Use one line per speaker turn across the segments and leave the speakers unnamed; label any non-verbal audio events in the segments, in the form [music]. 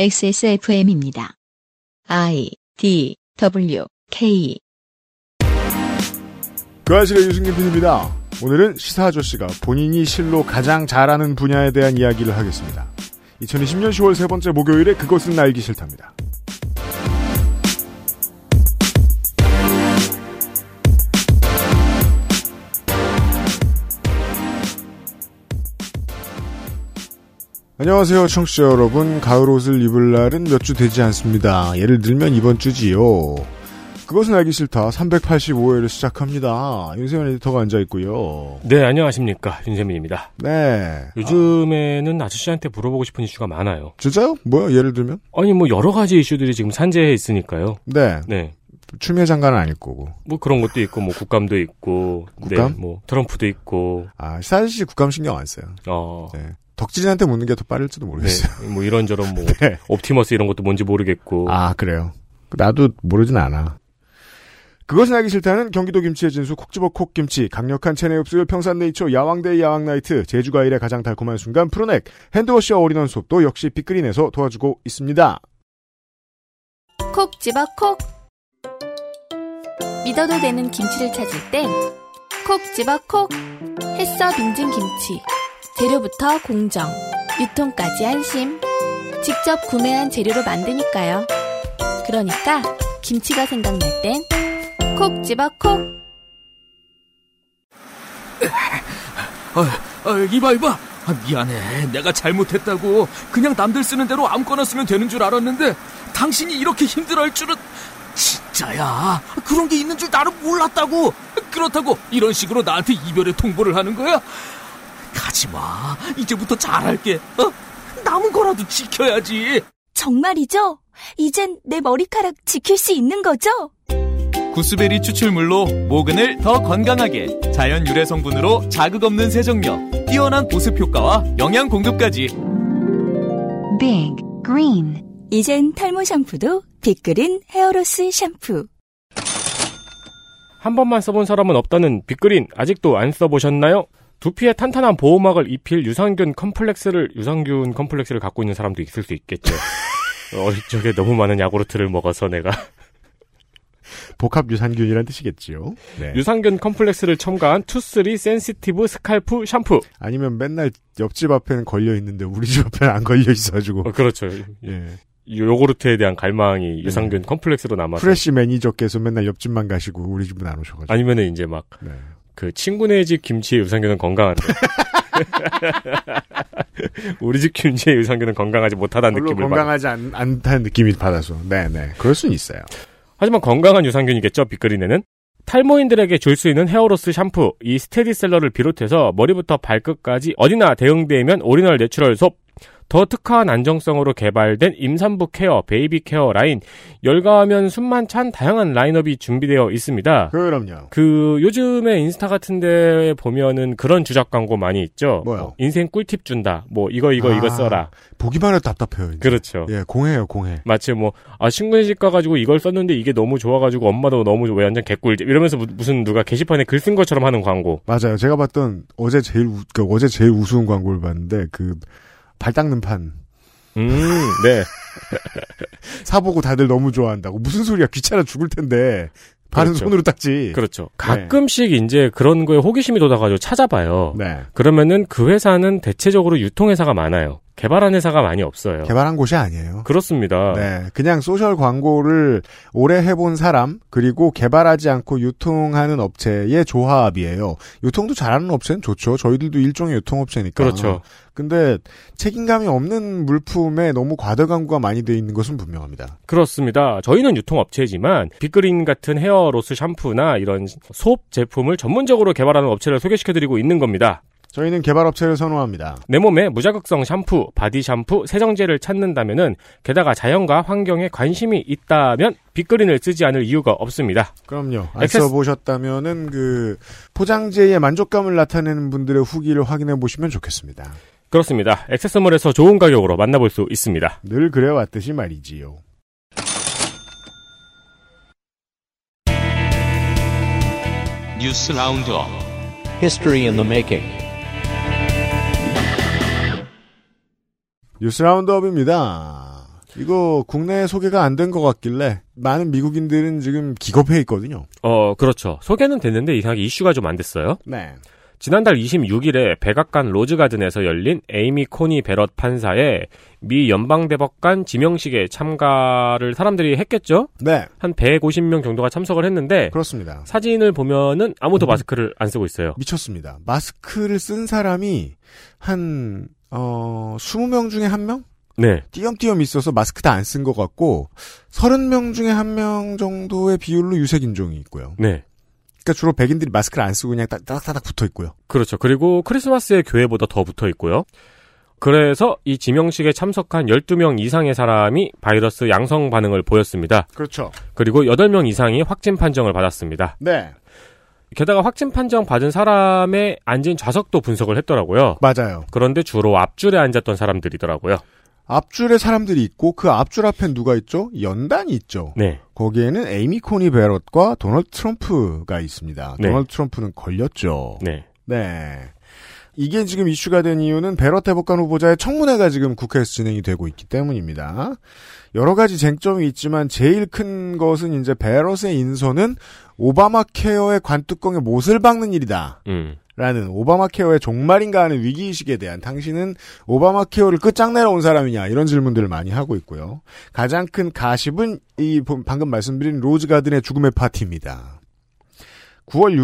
XSFM입니다. I D W K
그 아실의 유승균 PD입니다. 오늘은 시사 아저씨가 본인이 실로 가장 잘하는 분야에 대한 이야기를 하겠습니다. 2020년 10월 세 번째 목요일에 그것은 알기 싫답니다. 안녕하세요, 청취자 여러분. 가을 옷을 입을 날은 몇 주 되지 않습니다. 예를 들면 이번 주지요. 그것은 알기 싫다. 385회를 시작합니다. 윤세민 에디터가 앉아 있고요.
네, 안녕하십니까. 윤세민입니다.
네.
요즘에는 아저씨한테 물어보고 싶은 이슈가 많아요.
진짜요? 뭐요? 예를 들면?
아니, 뭐, 여러 가지 이슈들이 지금 산재해 있으니까요.
네.
네.
추미애 장관은 아닐 거고.
뭐 그런 것도 있고, 뭐, 국감도 있고,
국감?
네, 뭐, 트럼프도 있고,
아, 사실 국감 신경 안 써요.
어,
네. 덕진한테 묻는 게 더 빠를지도
네,
모르겠어요.
뭐, 이런저런
[laughs]
뭐,
네.
옵티머스 이런 것도 뭔지 모르겠고,
아, 그래요. 나도 모르진 않아. 그것은 알기 싫다는 경기도 김치의 진수 콕집어 콕김치 강력한 체내 흡수율 평산네이처 야왕데이 야왕나이트 제주가일의 가장 달콤한 순간 프로넥 핸드워시와 올인원 수업도 역시 빅그린에서 도와주고 있습니다.
콕 집어 콕 믿어도 되는 김치를 찾을 땐 콕 집어 콕 햇서 빙진 김치 재료부터 공정 유통까지 안심 직접 구매한 재료로 만드니까요 그러니까 김치가 생각날 땐 콕 집어 콕
아, 이봐 이봐 아, 미안해 내가 잘못했다고 그냥 남들 쓰는 대로 아무거나 쓰면 되는 줄 알았는데 당신이 이렇게 힘들어할 줄은 진짜야 그런 게 있는 줄 나는 몰랐다고 그렇다고 이런 식으로 나한테 이별의 통보를 하는 거야 가지마 이제부터 잘할게 어? 남은 거라도 지켜야지
정말이죠? 이젠 내 머리카락 지킬 수 있는 거죠?
구스베리 추출물로 모근을 더 건강하게 자연 유래 성분으로 자극 없는 세정력 뛰어난 보습 효과와 영양 공급까지
Big Green
이젠 탈모 샴푸도 빅그린 헤어로스 샴푸.
한 번만 써본 사람은 없다는 빅그린, 아직도 안 써보셨나요? 두피에 탄탄한 보호막을 입힐 유산균 컴플렉스를, 유산균 컴플렉스를 갖고 있는 사람도 있을
[laughs]
수 있겠죠. 어릴 적에 너무 많은 야구르트를 먹어서 내가.
복합 유산균이란 뜻이겠지요. 네.
예. 유산균 컴플렉스를 첨가한 투쓰리 센시티브 스칼프 샴푸.
아니면 맨날 옆집 앞에는 걸려 있는데 우리 집 앞에는 안 걸려 있어가지고
어, 그렇죠.
예.
요구르트에 대한 갈망이 유산균 컴플렉스로
네.
남아서
프레시 매니저께서 맨날 옆집만 가시고 우리 집은 안 오셔가지고
아니면은 이제 막 그
네.
친구네 집 김치의
[laughs]
유산균은 건강한데 [laughs] 우리 집 김치의 유산균은 건강하지 못하다는
별로
느낌을 받-
건강하지 않, 않다는 느낌이 받아서 네네 그럴 순 있어요.
하지만 건강한 유산균이겠죠 빅그린에는 탈모인들에게 줄 수 있는 헤어로스 샴푸 이 스테디셀러를 비롯해서 머리부터 발끝까지 어디나 대응되면 오리널 내추럴 솝 더 특화한 안정성으로 개발된 임산부 케어, 베이비 케어 라인, 열가하면 숨만 찬 다양한 라인업이 준비되어 있습니다.
그럼요.
그 요즘에 인스타 같은데 보면은 그런 주작 광고 많이 있죠.
뭐요?
어, 인생 꿀팁 준다. 뭐 이거 이거 이거
아.
써라.
보기만 해도 답답해요. 이제.
그렇죠.
예 공해요 공해.
마치 뭐아 친구네 집 가가지고 이걸 썼는데 이게 너무 좋아가지고 엄마도 너무 왜 완전 개꿀 이러면서 무- 무슨 누가 게시판에 글 쓴 것처럼 하는 광고.
맞아요. 제가 봤던 어제 제일 우, 그 어제 제일 우스운 광고를 봤는데 그 발 닦는 판
음, [laughs] 네.
사보고 다들 너무 좋아한다고 무슨 소리야 귀찮아 죽을 텐데 다른
그렇죠.
손으로 닦지.
그렇죠. 가끔씩 이제 그런 거에 호기심이 돋아가지고 찾아봐요.
네
그러면은 그 회사는 대체적으로 유통회사가 많아요. 개발한 회사가 많이 없어요.
개발한 곳이 아니에요.
그렇습니다.
네, 그냥 소셜 광고를 오래 해본 사람 그리고 개발하지 않고 유통하는 업체의 조합이에요. 유통도 잘하는 업체는 좋죠. 저희들도 일종의 유통업체니까.
그렇죠.
근데 책임감이 없는 물품에 너무 과대 광고가 많이 돼 있는 것은 분명합니다.
그렇습니다. 저희는 유통업체지만 빅그린 같은 헤어로스 샴푸나 이런 솝 제품을 전문적으로 개발하는 업체를 소개시켜드리고 있는 겁니다.
저희는 개발 업체를 선호합니다.
내 몸에 무자극성 샴푸, 바디 샴푸, 세정제를 찾는다면은 게다가 자연과 환경에 관심이 있다면 빅그린을 쓰지 않을 이유가 없습니다.
그럼요. 안
액세스-
써보셨다면은 그 포장재의 만족감을 나타내는 분들의 후기를 확인해 보시면 좋겠습니다.
그렇습니다. 액세서몰에서 좋은 가격으로 만나볼 수 있습니다.
늘 그래왔듯이 말이지요.
뉴스 라운드업
History in the making.
뉴스 라운드업입니다. 이거 국내에 소개가 안 된 것 같길래 많은 미국인들은 지금 기겁해 있거든요.
어, 그렇죠. 소개는 됐는데 이상하게 이슈가 좀 안 됐어요.
네.
지난달 26일에 백악관 로즈가든에서 열린 에이미 코니 베럿 판사의 미 연방대법관 지명식에 참가를 사람들이 했겠죠?
네.
한 150명 정도가 참석을 했는데
그렇습니다.
사진을 보면은 아무도 마스크를 안 쓰고 있어요.
미쳤습니다. 마스크를 쓴 사람이 한, 어, 20명 중에 한명
네.
띄엄띄엄 있어서 마스크 다 안 쓴 것 같고, 30명 중에 한 명 정도의 비율로 유색인종이 있고요.
네.
그러니까 주로 백인들이 마스크를 안 쓰고 그냥 따- 따닥따닥 붙어 있고요.
그렇죠. 그리고 크리스마스에 교회보다 더 붙어 있고요. 그래서 이 지명식에 참석한 12명 이상의 사람이 바이러스 양성 반응을 보였습니다.
그렇죠.
그리고 8명 이상이 확진 판정을 받았습니다.
네.
게다가 확진 판정 받은 사람의 앉은 좌석도 분석을 했더라고요.
맞아요.
그런데 주로 앞줄에 앉았던 사람들이더라고요.
앞줄에 사람들이 있고, 그 앞줄 앞엔 누가 있죠? 연단이 있죠.
네.
거기에는 에이미 코니 베럿과 도널드 트럼프가 있습니다.
네.
도널드 트럼프는 걸렸죠.
네.
네. 이게 지금 이슈가 된 이유는 베럿 대법관 후보자의 청문회가 지금 국회에서 진행이 되고 있기 때문입니다. 여러 가지 쟁점이 있지만 제일 큰 것은 이제 베럿의 인선은 오바마 케어의 관뚜껑에 못을 박는 일이다.
음.
라는 오바마 케어의 종말인가 하는 위기의식에 대한 당신은 오바마 케어를 끝장내러 온 사람이냐 이런 질문들을 많이 하고 있고요. 가장 큰 가십은 이 보- 방금 말씀드린 로즈가든의 죽음의 파티입니다. 9월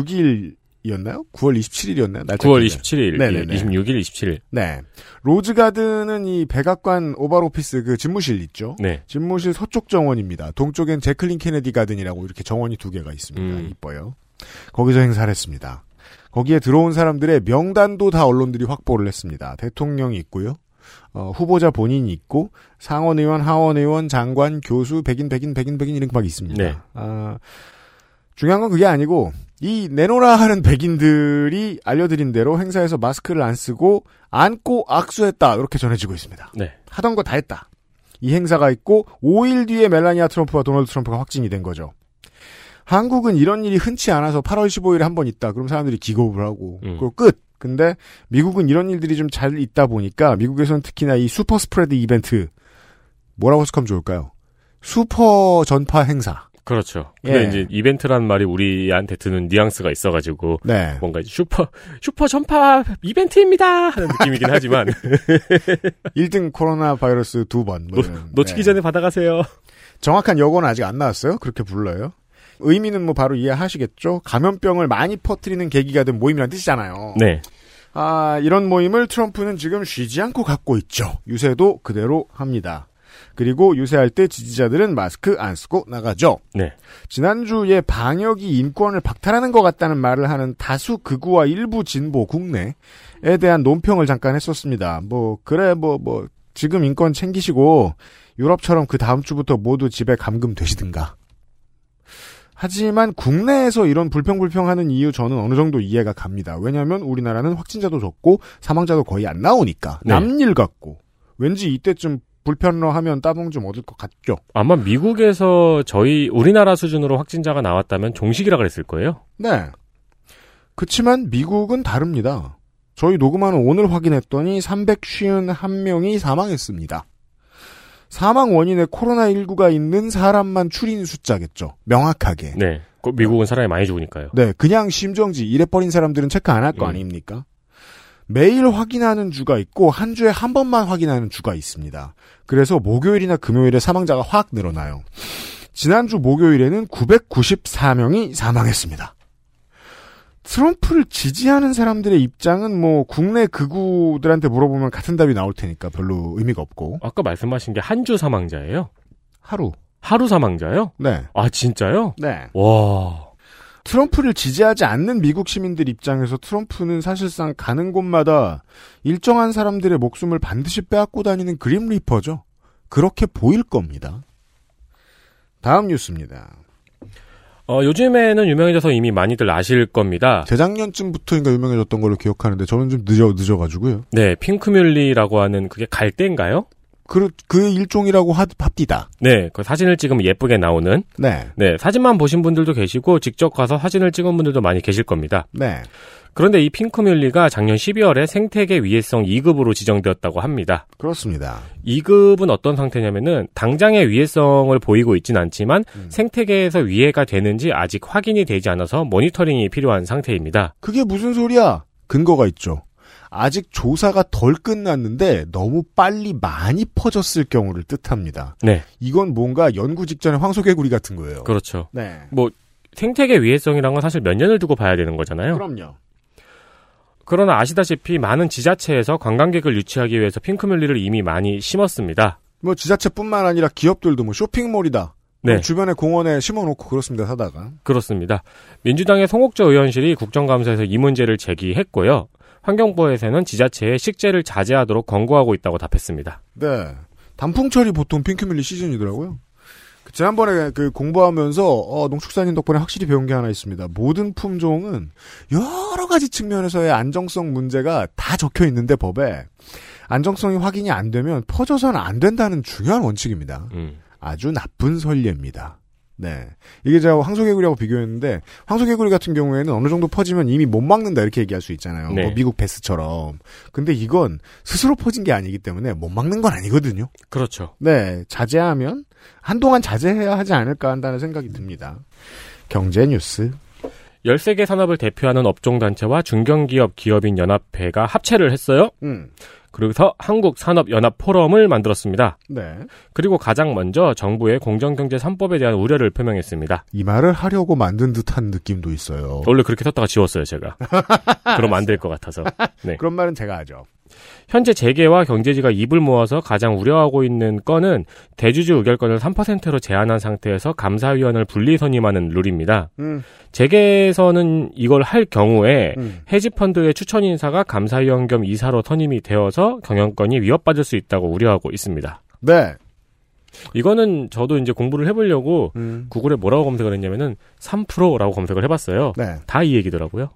6일이었나요? 9월 27일이었나요?
9월 27일,
네네네.
26일, 27일.
네. 로즈가든은 이 백악관 오바로피스 그 집무실 있죠?
네.
집무실 서쪽 정원입니다. 동쪽엔 제클린 케네디 가든이라고 이렇게 정원이 두 개가 있습니다.
음.
이뻐요. 거기서 행사를 했습니다. 거기에 들어온 사람들의 명단도 다 언론들이 확보를 했습니다. 대통령이 있고요. 어, 후보자 본인이 있고 상원의원, 하원의원, 장관, 교수, 백인, 백인, 백인, 백인 이런 막 있습니다.
네.
아, 중요한 건 그게 아니고 이 내노라 하는 백인들이 알려드린 대로 행사에서 마스크를 안 쓰고 안고 악수했다 이렇게 전해지고 있습니다.
네.
하던 거 다 했다. 이 행사가 있고 5일 뒤에 멜라니아 트럼프와 도널드 트럼프가 확진이 된 거죠. 한국은 이런 일이 흔치 않아서 8월 15일에 한 번 있다. 그럼 사람들이 기겁을 하고
음.
그리고 끝. 근데 미국은 이런 일들이 좀 잘 있다 보니까 미국에서는 특히나 이 슈퍼 스프레드 이벤트 뭐라고 해석하면 좋을까요? 슈퍼 전파 행사.
그렇죠.
예.
근데 이제 이벤트란 말이 우리한테 드는 뉘앙스가 있어가지고
네.
뭔가 이제 슈퍼 슈퍼 전파 이벤트입니다 하는 느낌이긴 하지만
1등 코로나 바이러스 두 번. 뭐
놓,
이런.
놓치기
네.
전에 받아가세요.
정확한 여어는 아직 안 나왔어요. 그렇게 불러요. 의미는 뭐 바로 이해하시겠죠. 감염병을 많이 퍼뜨리는 계기가 된 모임이란 뜻이잖아요.
네.
아, 이런 모임을 트럼프는 지금 쉬지 않고 갖고 있죠. 유세도 그대로 합니다. 그리고 유세할 때 지지자들은 마스크 안 쓰고 나가죠.
네.
지난주에 방역이 인권을 박탈하는 것 같다는 말을 하는 다수 극우와 일부 진보 국내에 대한 논평을 잠깐 했었습니다. 뭐 그래 뭐 뭐 지금 인권 챙기시고 유럽처럼 그 다음 주부터 모두 집에 감금되시든가. 하지만 국내에서 이런 불평불평하는 이유 저는 어느 정도 이해가 갑니다. 왜냐하면 우리나라는 확진자도 적고 사망자도 거의 안 나오니까
네.
남일 같고 왠지 이때쯤 불편러하면 따봉 좀 얻을 것 같죠.
아마 미국에서 저희 우리나라 수준으로 확진자가 나왔다면 종식이라 그랬을 거예요.
네. 그치만 미국은 다릅니다. 저희 녹음하는 오늘 확인했더니 351명이 사망했습니다. 사망 원인에 코로나19가 있는 사람만 추린 숫자겠죠. 명확하게.
네. 그 미국은 사람이 많이 죽으니까요.
네, 그냥 심정지 일해버린 사람들은 체크 안 할 거
음.
아닙니까? 매일 확인하는 주가 있고 한 주에 한 번만 확인하는 주가 있습니다. 그래서 목요일이나 금요일에 사망자가 확 늘어나요. 지난주 목요일에는 994명이 사망했습니다. 트럼프를 지지하는 사람들의 입장은 뭐 국내 극우들한테 물어보면 같은 답이 나올 테니까 별로 의미가 없고
아까 말씀하신 게 한 주 사망자예요?
하루
하루 사망자요?
네
아 진짜요?
네.
와.
트럼프를 지지하지 않는 미국 시민들 입장에서 트럼프는 사실상 가는 곳마다 일정한 사람들의 목숨을 반드시 빼앗고 다니는 그림 리퍼죠. 그렇게 보일 겁니다. 다음 뉴스입니다.
어, 요즘에는 유명해져서 이미 많이들 아실 겁니다.
재작년쯤부터인가 유명해졌던 걸로 기억하는데 저는 좀 늦어 늦어가지고요.
네, 핑크뮬리라고 하는 그게 갈대인가요?
그, 그 일종이라고 하, 합디다.
네, 그 사진을 찍으면 예쁘게 나오는.
네,
네, 사진만 보신 분들도 계시고 직접 가서 사진을 찍은 분들도 많이 계실 겁니다.
네,
그런데 이 핑크뮬리가 작년 12월에 생태계 위해성 2급으로 지정되었다고 합니다.
그렇습니다.
2급은 어떤 상태냐면은 당장의 위해성을 보이고 있진 않지만 생태계에서 위해가 되는지 아직 확인이 되지 않아서 모니터링이 필요한 상태입니다.
그게 무슨 소리야? 근거가 있죠. 아직 조사가 덜 끝났는데 너무 빨리 많이 퍼졌을 경우를 뜻합니다.
네.
이건 뭔가 연구 직전의 황소개구리 같은 거예요.
그렇죠.
네.
생태계 위해성이란 건 사실 몇 년을 두고 봐야 되는 거잖아요.
그럼요.
그러나 아시다시피 많은 지자체에서 관광객을 유치하기 위해서 핑크뮬리를 이미 많이 심었습니다.
뭐 지자체뿐만 아니라 기업들도 뭐 쇼핑몰이다.
네.
주변에 공원에 심어놓고 그렇습니다. 사다가.
그렇습니다. 민주당의 송옥조 의원실이 국정감사에서 이 문제를 제기했고요. 환경부에서는 지자체에 식재를 자제하도록 권고하고 있다고 답했습니다.
네. 단풍철이 보통 핑크뮬리 시즌이더라고요. 그 지난번에 그 공부하면서 어, 농축사님 덕분에 확실히 배운 게 하나 있습니다. 모든 품종은 여러 가지 측면에서의 안정성 문제가 다 적혀 있는데 법에 안정성이 확인이 안 되면 퍼져서는 안 된다는 중요한 원칙입니다.
음.
아주 나쁜 선례입니다. 네. 이게 제가 황소개구리하고 비교했는데, 황소개구리 같은 경우에는 어느 정도 퍼지면 이미 못 막는다 이렇게 얘기할 수 있잖아요.
네.
뭐 미국 베스처럼. 근데 이건 스스로 퍼진 게 아니기 때문에 못 막는 건 아니거든요.
그렇죠.
네. 자제하면, 한동안 자제해야 하지 않을까 한다는 생각이 듭니다. 경제 뉴스.
13개 산업을 대표하는 업종단체와 중견기업 기업인 연합회가 합체를 했어요.
음.
그래서 한국산업연합포럼을 만들었습니다.
네.
그리고 가장 먼저 정부의 공정경제 3법에 대한 우려를 표명했습니다.
이 말을 하려고 만든 듯한 느낌도 있어요.
원래 그렇게 썼다가 지웠어요, 제가. 그럼 안 될 것 같아서.
그런 말은 제가 하죠.
현재 재계와 경제지가 입을 모아서 가장 우려하고 있는 건은 대주주 의결권을 3%로 제한한 상태에서 감사위원을 분리 선임하는 룰입니다.
음.
재계에서는 이걸 할 경우에
음.
해지펀드의 추천 인사가 감사위원 겸 이사로 선임이 되어서 경영권이 위협받을 수 있다고 우려하고 있습니다.
네.
이거는 저도 이제 공부를 해보려고 구글에 뭐라고 검색을 했냐면은 3%라고 검색을 해봤어요.
네.
다 이 얘기더라고요.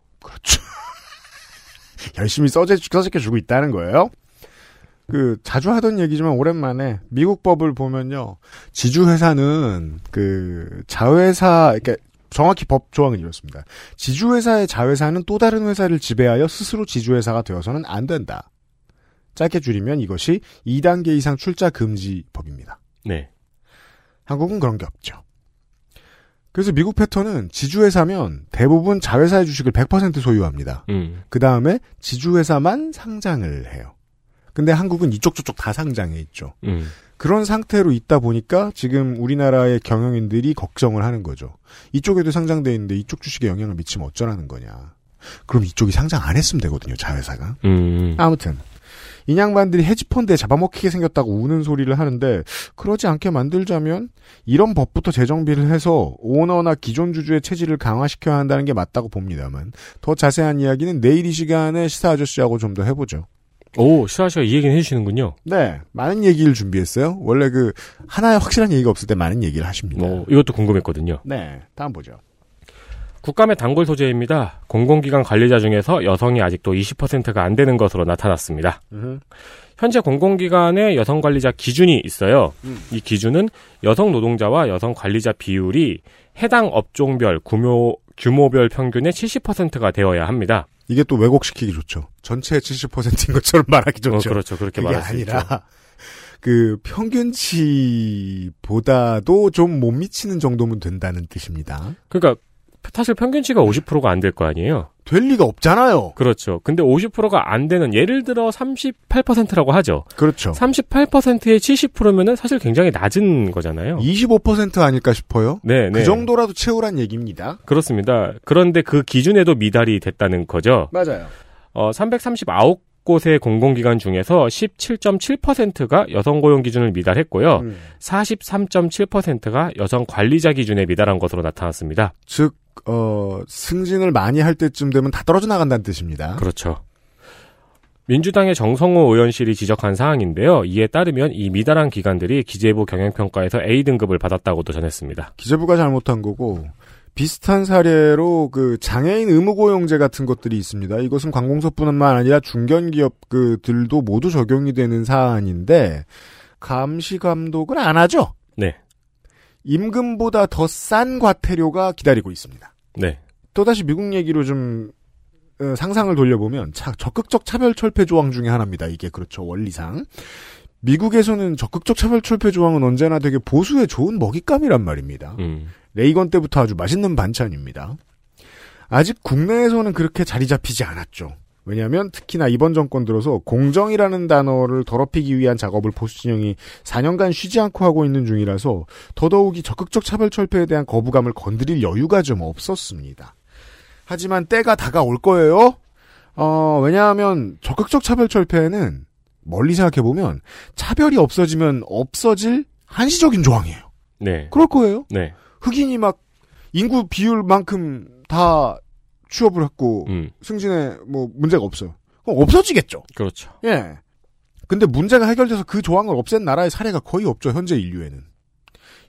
열심히 써제, 써제켜주고 있다는 거예요. 그, 자주 하던 얘기지만 오랜만에 미국 법을 보면요. 지주회사는 그, 자회사, 그러니까 정확히 법 조항은 이렇습니다. 지주회사의 자회사는 또 다른 회사를 지배하여 스스로 지주회사가 되어서는 안 된다. 짧게 줄이면 이것이 2단계 이상 출자 금지 법입니다.
네.
한국은 그런 게 없죠. 그래서 미국 패턴은 지주회사면 대부분 자회사의 주식을 100% 소유합니다.
음.
그 다음에 지주회사만 상장을 해요. 근데 한국은 이쪽 저쪽 다 상장해 있죠.
음.
그런 상태로 있다 보니까 지금 우리나라의 경영인들이 걱정을 하는 거죠. 이쪽에도 상장돼 있는데 이쪽 주식에 영향을 미치면 어쩌라는 거냐. 그럼 이쪽이 상장 안 했으면 되거든요, 자회사가.
음.
아무튼 인양반들이 헤지펀드에 잡아먹히게 생겼다고 우는 소리를 하는데 그러지 않게 만들자면 이런 법부터 재정비를 해서 오너나 기존 주주의 체질을 강화시켜야 한다는 게 맞다고 봅니다만 더 자세한 이야기는 내일 이 시간에 시사 아저씨하고 좀 더 해보죠.
오, 시아 씨가 이 얘기는 해주시는군요.
네, 많은 얘기를 준비했어요. 원래 그 하나의 확실한 얘기가 없을 때 많은 얘기를 하십니다.
뭐, 이것도 궁금했거든요.
네, 다음 보죠.
국감의 단골 소재입니다. 공공기관 관리자 중에서 여성이 아직도 20%가 안 되는 것으로 나타났습니다. 현재 공공기관의 여성 관리자 기준이 있어요.
음.
이 기준은 여성 노동자와 여성 관리자 비율이 해당 업종별 규모, 규모별 평균의 70%가 되어야 합니다.
이게 또 왜곡시키기 좋죠. 전체의 70%인 것처럼 말하기
어,
좋죠.
그렇죠. 그렇게
그게
말할 수 있죠.
아니라 [laughs] 그 평균치보다도 좀 못 미치는 정도면 된다는 뜻입니다.
그러니까 사실 평균치가 50%가 안 될 거 아니에요.
될 리가 없잖아요.
그렇죠. 근데 50%가 안 되는 예를 들어 38%라고 하죠.
그렇죠.
38%에 70%면은 사실 굉장히 낮은 거잖아요.
25% 아닐까 싶어요.
네, 네.
그 정도라도 채우란 얘기입니다.
그렇습니다. 그런데 그 기준에도 미달이 됐다는 거죠.
맞아요.
어, 339곳의 공공기관 중에서 17.7%가 여성 고용 기준을 미달했고요.
음.
43.7%가 여성 관리자 기준에 미달한 것으로 나타났습니다.
즉, 어, 승진을 많이 할 때쯤 되면 다 떨어져 나간다는 뜻입니다.
그렇죠. 민주당의 정성호 의원실이 지적한 사항인데요. 이에 따르면 이 미달한 기관들이 기재부 경영평가에서 A 등급을 받았다고도 전했습니다.
기재부가 잘못한 거고 비슷한 사례로 그 장애인 의무고용제 같은 것들이 있습니다. 이것은 관공서뿐만 아니라 중견기업 그들도 모두 적용이 되는 사안인데 감시 감독을 안 하죠.
네.
임금보다 더 싼 과태료가 기다리고 있습니다.
네.
또다시 미국 얘기로 좀 어, 상상을 돌려보면 차- 적극적 차별 철폐 조항 중에 하나입니다. 이게 그렇죠. 원리상. 미국에서는 적극적 차별 철폐 조항은 언제나 되게 보수에 좋은 먹잇감이란 말입니다.
음.
레이건 때부터 아주 맛있는 반찬입니다. 아직 국내에서는 그렇게 자리 잡히지 않았죠. 왜냐하면 특히나 이번 정권 들어서 공정이라는 단어를 더럽히기 위한 작업을 보수 진영이 4년간 쉬지 않고 하고 있는 중이라서 더더욱이 적극적 차별 철폐에 대한 거부감을 건드릴 여유가 좀 없었습니다. 하지만 때가 다가올 거예요. 어, 왜냐하면 적극적 차별 철폐는 멀리 생각해 보면 차별이 없어지면 없어질 한시적인 조항이에요.
네.
그럴 거예요.
네.
흑인이 막 인구 비율만큼 다 취업을 했고
음.
승진에 뭐 문제가 없어요. 그럼 없어지겠죠.
그렇죠.
예. 근데 문제가 해결돼서 그 조항을 없앤 나라의 사례가 거의 없죠. 현재 인류에는.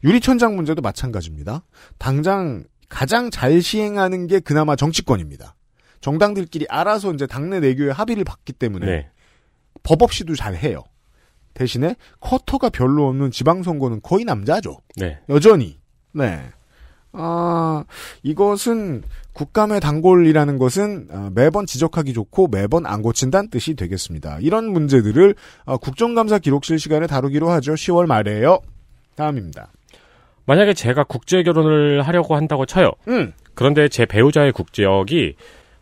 유리천장 문제도 마찬가지입니다. 당장 가장 잘 시행하는 게 그나마 정치권입니다. 정당들끼리 알아서 이제 당내 내교의 합의를 받기 때문에
네.
법 없이도 잘 해요. 대신에 커터가 별로 없는 지방선거는 거의 남자죠.
네.
여전히. 네. 아, 이것은 국감의 단골이라는 것은 아, 매번 지적하기 좋고 매번 안 고친다는 뜻이 되겠습니다. 이런 문제들을 아, 국정감사 기록실 시간에 다루기로 하죠. 10월 말에요. 다음입니다.
만약에 제가 국제 결혼을 하려고 한다고 쳐요.
음,
그런데 제 배우자의 국적이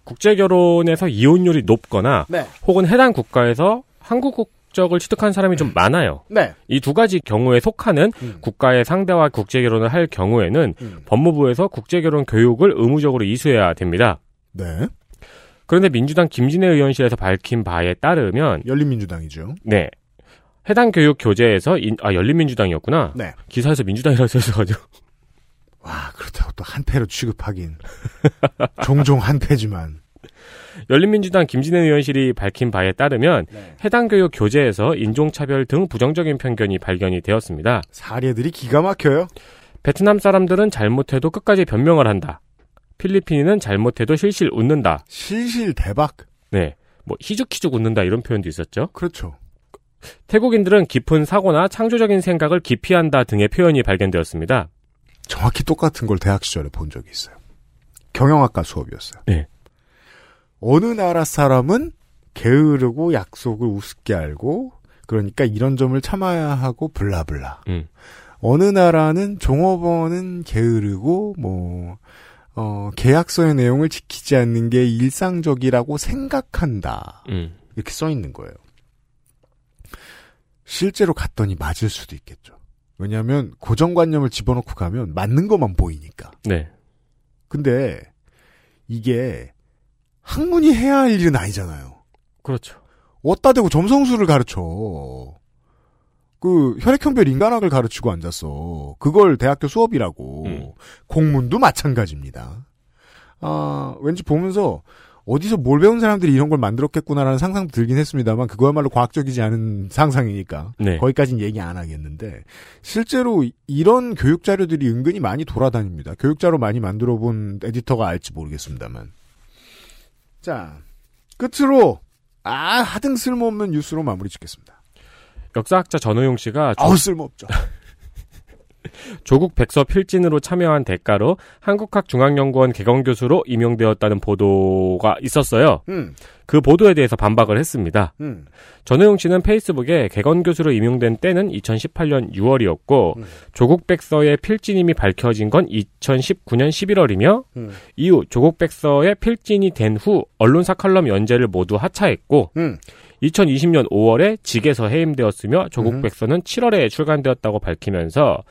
국제 결혼에서 이혼율이 높거나
네.
혹은 해당 국가에서 한국 국적을 취득한 사람이 좀 많아요.
네.
이 두 가지 경우에 속하는
음.
국가의 상대와 국제 결혼을 할 경우에는
음.
법무부에서 국제 결혼 교육을 의무적으로 이수해야 됩니다.
네.
그런데 민주당 김진애 의원실에서 밝힌 바에 따르면
열린민주당이죠.
네. 해당 교육 교재에서 인- 아 열린민주당이었구나.
네.
기사에서 민주당이라고 써있어가지고
와, 그렇다고 또 한패로 취급하긴. [laughs] 종종 한패지만.
열린민주당 김진애 의원실이 밝힌 바에 따르면
네.
해당 교육 교재에서 인종차별 등 부정적인 편견이 발견이 되었습니다.
사례들이 기가 막혀요.
베트남 사람들은 잘못해도 끝까지 변명을 한다. 필리핀인은 잘못해도 실실 웃는다.
실실 대박.
네. 뭐 희죽희죽 웃는다 이런 표현도 있었죠.
그렇죠.
태국인들은 깊은 사고나 창조적인 생각을 기피한다 등의 표현이 발견되었습니다.
정확히 똑같은 걸 대학 시절에 본 적이 있어요. 경영학과 수업이었어요.
네.
어느 나라 사람은 게으르고 약속을 우습게 알고 그러니까 이런 점을 참아야 하고 블라블라.
음.
어느 나라는 종업원은 게으르고 뭐 어, 계약서의 내용을 지키지 않는 게 일상적이라고 생각한다.
음.
이렇게 써 있는 거예요. 실제로 갔더니 맞을 수도 있겠죠. 왜냐하면 고정관념을 집어넣고 가면 맞는 것만 보이니까.
네.
근데 이게 학문이 해야 할 일은 아니잖아요.
그렇죠.
어따 대고 점성술을 가르쳐. 그 혈액형별 인간학을 가르치고 앉았어. 그걸 대학교 수업이라고.
음.
공문도 마찬가지입니다. 아, 왠지 보면서 어디서 뭘 배운 사람들이 이런 걸 만들었겠구나라는 상상도 들긴 했습니다만 그거야말로 과학적이지 않은 상상이니까
네.
거기까지는 얘기 안 하겠는데 실제로 이- 이런 교육 자료들이 은근히 많이 돌아다닙니다. 교육 자료 많이 만들어 본 에디터가 알지 모르겠습니다만. 자, 끝으로 아, 하등 쓸모없는 뉴스로 마무리 짓겠습니다.
역사학자 전호용 씨가 조-
아우 쓸모없죠.
조국 백서 필진으로 참여한 대가로 한국학중앙연구원 개건교수로 임용되었다는 보도가 있었어요.
음.
그 보도에 대해서 반박을 했습니다.
음.
전호용 씨는 페이스북에 개건교수로 임용된 때는 2018년 6월이었고, 조국 백서의 필진임이 밝혀진 건 2019년 11월이며,
음.
이후 조국 백서의 필진이 된 후 언론사 칼럼 연재를 모두 하차했고,
음.
2020년 5월에 직에서 해임되었으며 조국
음.
백서는 7월에 출간되었다고 밝히면서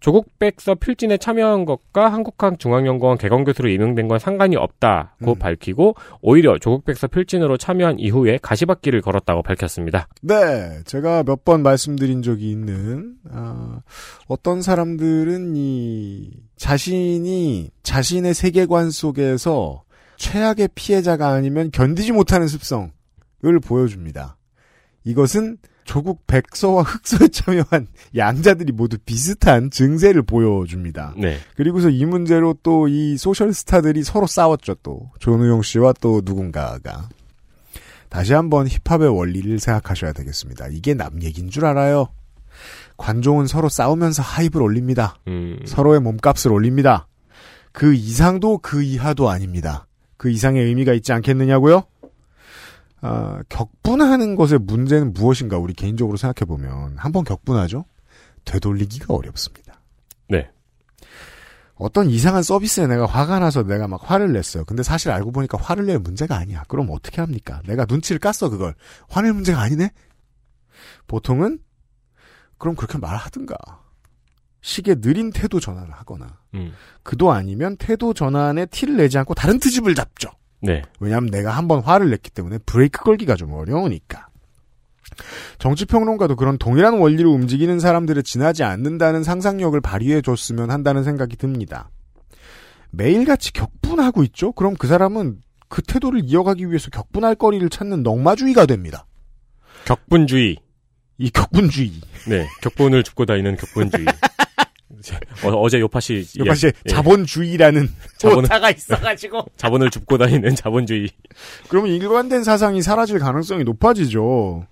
조국 백서 필진에 참여한 것과 한국학중앙연구원 개건교수로 임명된 건 상관이 없다고
음.
밝히고 오히려 조국 백서 필진으로 참여한 이후에 가시밭길을 걸었다고 밝혔습니다.
네, 제가 몇 번 말씀드린 적이 있는 아, 어떤 사람들은 이 자신이 자신의 세계관 속에서 최악의 피해자가 아니면 견디지 못하는 습성을 보여줍니다. 이것은 조국 백서와 [laughs] 흑서에 참여한 양자들이 모두 비슷한 증세를 보여줍니다.
네.
그리고서 이 문제로 또 이 소셜 스타들이 서로 싸웠죠. 또 조누용 씨와 또 누군가가 다시 한번 힙합의 원리를 생각하셔야 되겠습니다. 이게 남 얘기인 줄 알아요. 관종은 서로 싸우면서 하입을 올립니다.
음,
서로의 몸값을 올립니다. 그 이상도 그 이하도 아닙니다. 그 이상의 의미가 있지 않겠느냐고요? 아, 격분하는 것의 문제는 무엇인가 우리 개인적으로 생각해 보면 한번 격분하죠. 되돌리기가 어렵습니다.
네.
어떤 이상한 서비스에 내가 화가 나서 내가 막 화를 냈어요. 근데 사실 알고 보니까 화를 낼 문제가 아니야. 그럼 어떻게 합니까? 내가 눈치를 깠어 그걸. 화낼 문제가 아니네. 보통은 그럼 그렇게 말하든가 식의 느린 태도 전환을 하거나
음.
그도 아니면 태도 전환에 티를 내지 않고 다른 트집을 잡죠.
네.
왜냐하면 내가 한번 화를 냈기 때문에 브레이크 걸기가 좀 어려우니까. 정치평론가도 그런 동일한 원리로 움직이는 사람들을 지나지 않는다는 상상력을 발휘해 줬으면 한다는 생각이 듭니다. 매일같이 격분하고 있죠? 그럼 그 사람은 그 태도를 이어가기 위해서 격분할 거리를 찾는 넉마주의가 됩니다.
격분주의.
이 격분주의.
네. 격분을 줍고 다니는 격분주의.
[laughs]
어, 어제 요파 씨.
요파 씨의
예, 예.
자본주의라는
자본은- [laughs]
오타가 있어가지고.
자본을 줍고 다니는 자본주의.
그러면 일관된 사상이 사라질 가능성이 높아지죠.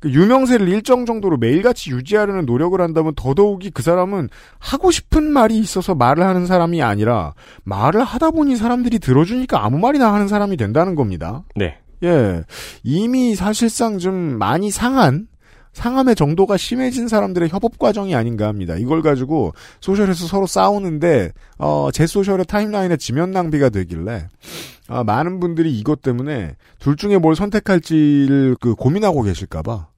그 유명세를 일정 정도로 매일같이 유지하려는 노력을 한다면 더더욱이 그 사람은 하고 싶은 말이 있어서 말을 하는 사람이 아니라 말을 하다 보니 사람들이 들어주니까 아무 말이나 하는 사람이 된다는 겁니다.
네.
예. 이미 사실상 좀 많이 상한 상함의 정도가 심해진 사람들의 협업 과정이 아닌가 합니다. 이걸 가지고 소셜에서 서로 싸우는데 어, 제 소셜의 타임라인에 지면 낭비가 되길래 아, 많은 분들이 이것 때문에 둘 중에 뭘 선택할지를 그 고민하고 계실까봐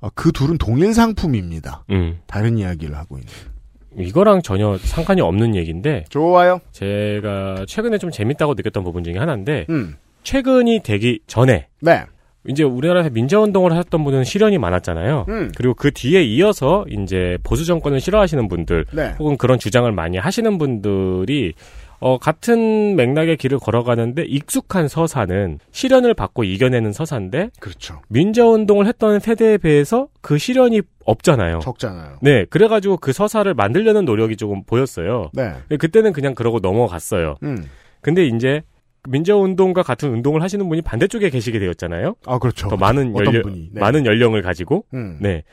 아, 그 둘은 동일 상품입니다.
음.
다른 이야기를 하고 있는.
이거랑 전혀 상관이 없는 얘기인데
좋아요.
제가 최근에 좀 재밌다고 느꼈던 부분 중에 하나인데
음.
최근이 되기 전에
네.
이제 우리나라에서 민자 운동을 하셨던 분은 실현이 많았잖아요.
음.
그리고 그 뒤에 이어서 이제 보수 정권을 싫어하시는 분들
네.
혹은 그런 주장을 많이 하시는 분들이 어, 같은 맥락의 길을 걸어가는데 익숙한 서사는 실현을 받고 이겨내는 서사인데
그렇죠.
민자 운동을 했던 세대에 비해서 그 실현이
어.
없잖아요.
적잖아요.
네, 그래가지고 그 서사를 만들려는 노력이 조금 보였어요.
네.
근데 그때는 그냥 그러고 넘어갔어요.
음.
근데 이제 민자 운동과 같은 운동을 하시는 분이 반대쪽에 계시게 되었잖아요.
아, 그렇죠.
더 많은
어떤
연령,
분이. 네.
많은 연령을 가지고
음.
네.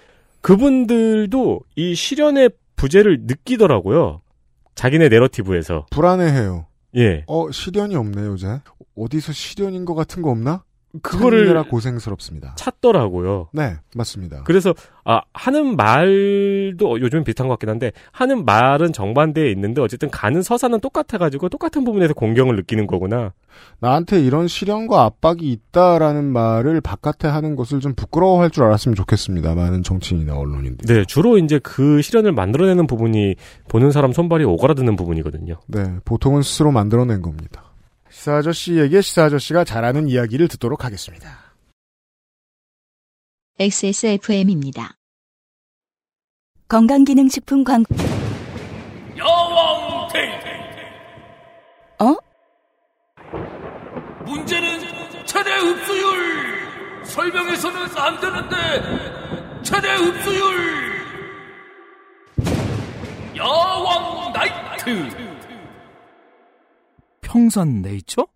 그분들도 이 실현의 부재를 느끼더라고요. 자기네 내러티브에서.
불안해해요.
예.
어, 시련이 없네, 요새. 어디서 시련인 것 같은 거 없나?
그거를
찾느라 고생스럽습니다.
찾더라고요.
네, 맞습니다.
그래서 아 하는 말도 요즘 비슷한 것 같긴 한데 하는 말은 정반대에 있는데 어쨌든 가는 서사는 똑같아가지고 똑같은 부분에서 공경을 느끼는 거구나.
나한테 이런 시련과 압박이 있다라는 말을 바깥에 하는 것을 좀 부끄러워할 줄 알았으면 좋겠습니다. 많은 정치인이나 언론인들.
네 주로 이제 그 실현을 만들어내는 부분이 보는 사람 손발이 오그라드는 부분이거든요.
네, 보통은 스스로 만들어낸 겁니다. 시사 아저씨에게 시사 아저씨가 잘하는 이야기를 듣도록 하겠습니다.
XSFM입니다.
건강기능식품 광
여왕 테이프.
어?
문제는 최대 흡수율. 설명해서는 안 되는데 최대 흡수율. 여왕 나이트. 평산 네이처?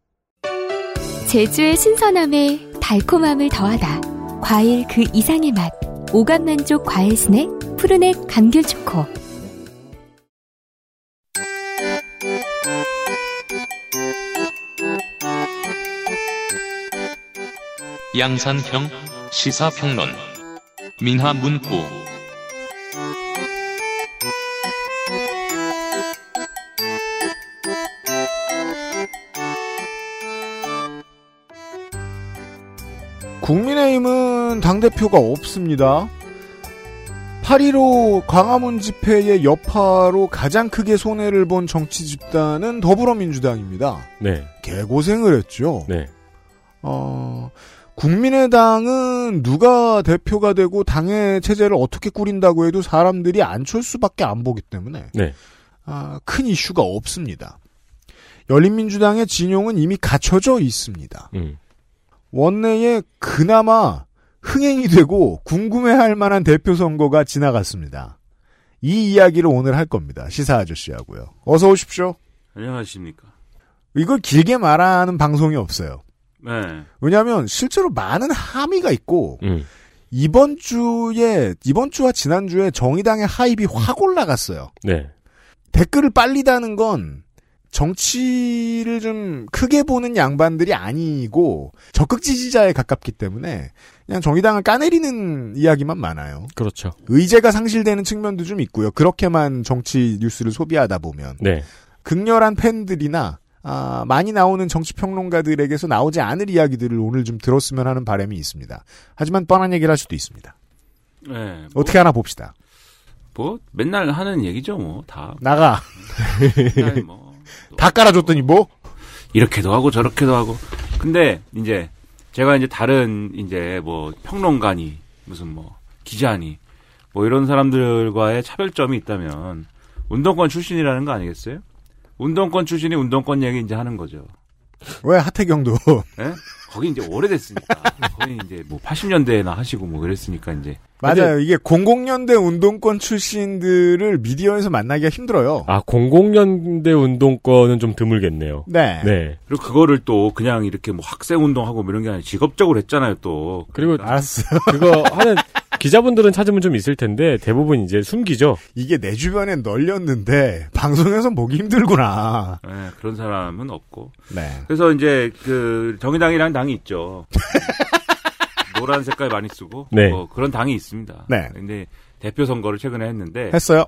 제주의 신선함에 달콤함을 더하다. 과일 그 이상의 맛. 오감 만족 과일 스낵 푸르넥 감귤 초코.
양산형 시사평론 민하문구
국민의힘은 당대표가 없습니다. 8.15 광화문 집회의 여파로 가장 크게 손해를 본 정치 집단은 더불어민주당입니다.
네,
개고생을 했죠.
네.
어, 국민의당은 누가 대표가 되고 당의 체제를 어떻게 꾸린다고 해도 사람들이 안철수밖에 안 보기 때문에
네.
아, 큰 이슈가 없습니다. 열린민주당의 진용은 이미 갖춰져 있습니다.
음.
원내에 그나마 흥행이 되고 궁금해할 만한 대표 선거가 지나갔습니다. 이 이야기를 오늘 할 겁니다. 시사 아저씨하고요. 어서 오십시오.
안녕하십니까.
이걸 길게 말하는 방송이 없어요.
네.
왜냐하면 실제로 많은 함의가 있고
음.
이번 주에 이번 주와 지난 주에 정의당의 하입이 확 올라갔어요.
네.
댓글을 빨리 다는 건 정치를 좀 크게 보는 양반들이 아니고 적극 지지자에 가깝기 때문에 그냥 정의당을 까내리는 이야기만 많아요.
그렇죠.
의제가 상실되는 측면도 좀 있고요. 그렇게만 정치 뉴스를 소비하다 보면
네.
극렬한 팬들이나 아, 많이 나오는 정치 평론가들에게서 나오지 않을 이야기들을 오늘 좀 들었으면 하는 바람이 있습니다. 하지만 뻔한 얘기를 할 수도 있습니다.
네, 뭐,
어떻게 하나 봅시다.
뭐 맨날 하는 얘기죠, 뭐 다.
나가.
맨날 뭐
다 깔아줬더니 뭐?
이렇게도 하고 저렇게도 하고. 근데 이제 제가 이제 다른 이제 뭐 평론가니 무슨 뭐 기자니 뭐 이런 사람들과의 차별점이 있다면 운동권 출신이라는 거 아니겠어요? 운동권 출신이 운동권 얘기 이제 하는 거죠.
왜 하태경도
예? 거기 이제 오래됐으니까. 거기 이제 뭐 80년대나 하시고 뭐 그랬으니까 이제.
맞아요. 이게 00년대 운동권 출신들을 미디어에서 만나기가 힘들어요.
아 00년대 운동권은 좀 드물겠네요.
네.
네.
그리고 그거를 또 그냥 이렇게 뭐 학생 운동하고 뭐 이런 게 아니라 직업적으로 했잖아요, 또.
그리고
알았어.
그거 하는 기자분들은 찾으면 좀 있을 텐데 대부분 이제 숨기죠.
이게 내 주변엔 널렸는데 방송에선 보기 힘들구나.
예, 그런 사람은 없고.
네.
그래서 이제 그 정의당이라는 당이
[laughs]
있죠. 노란 색깔 많이 쓰고
네.
뭐 그런 당이 있습니다.
네.
근데 대표 선거를 최근에 했는데
했어요.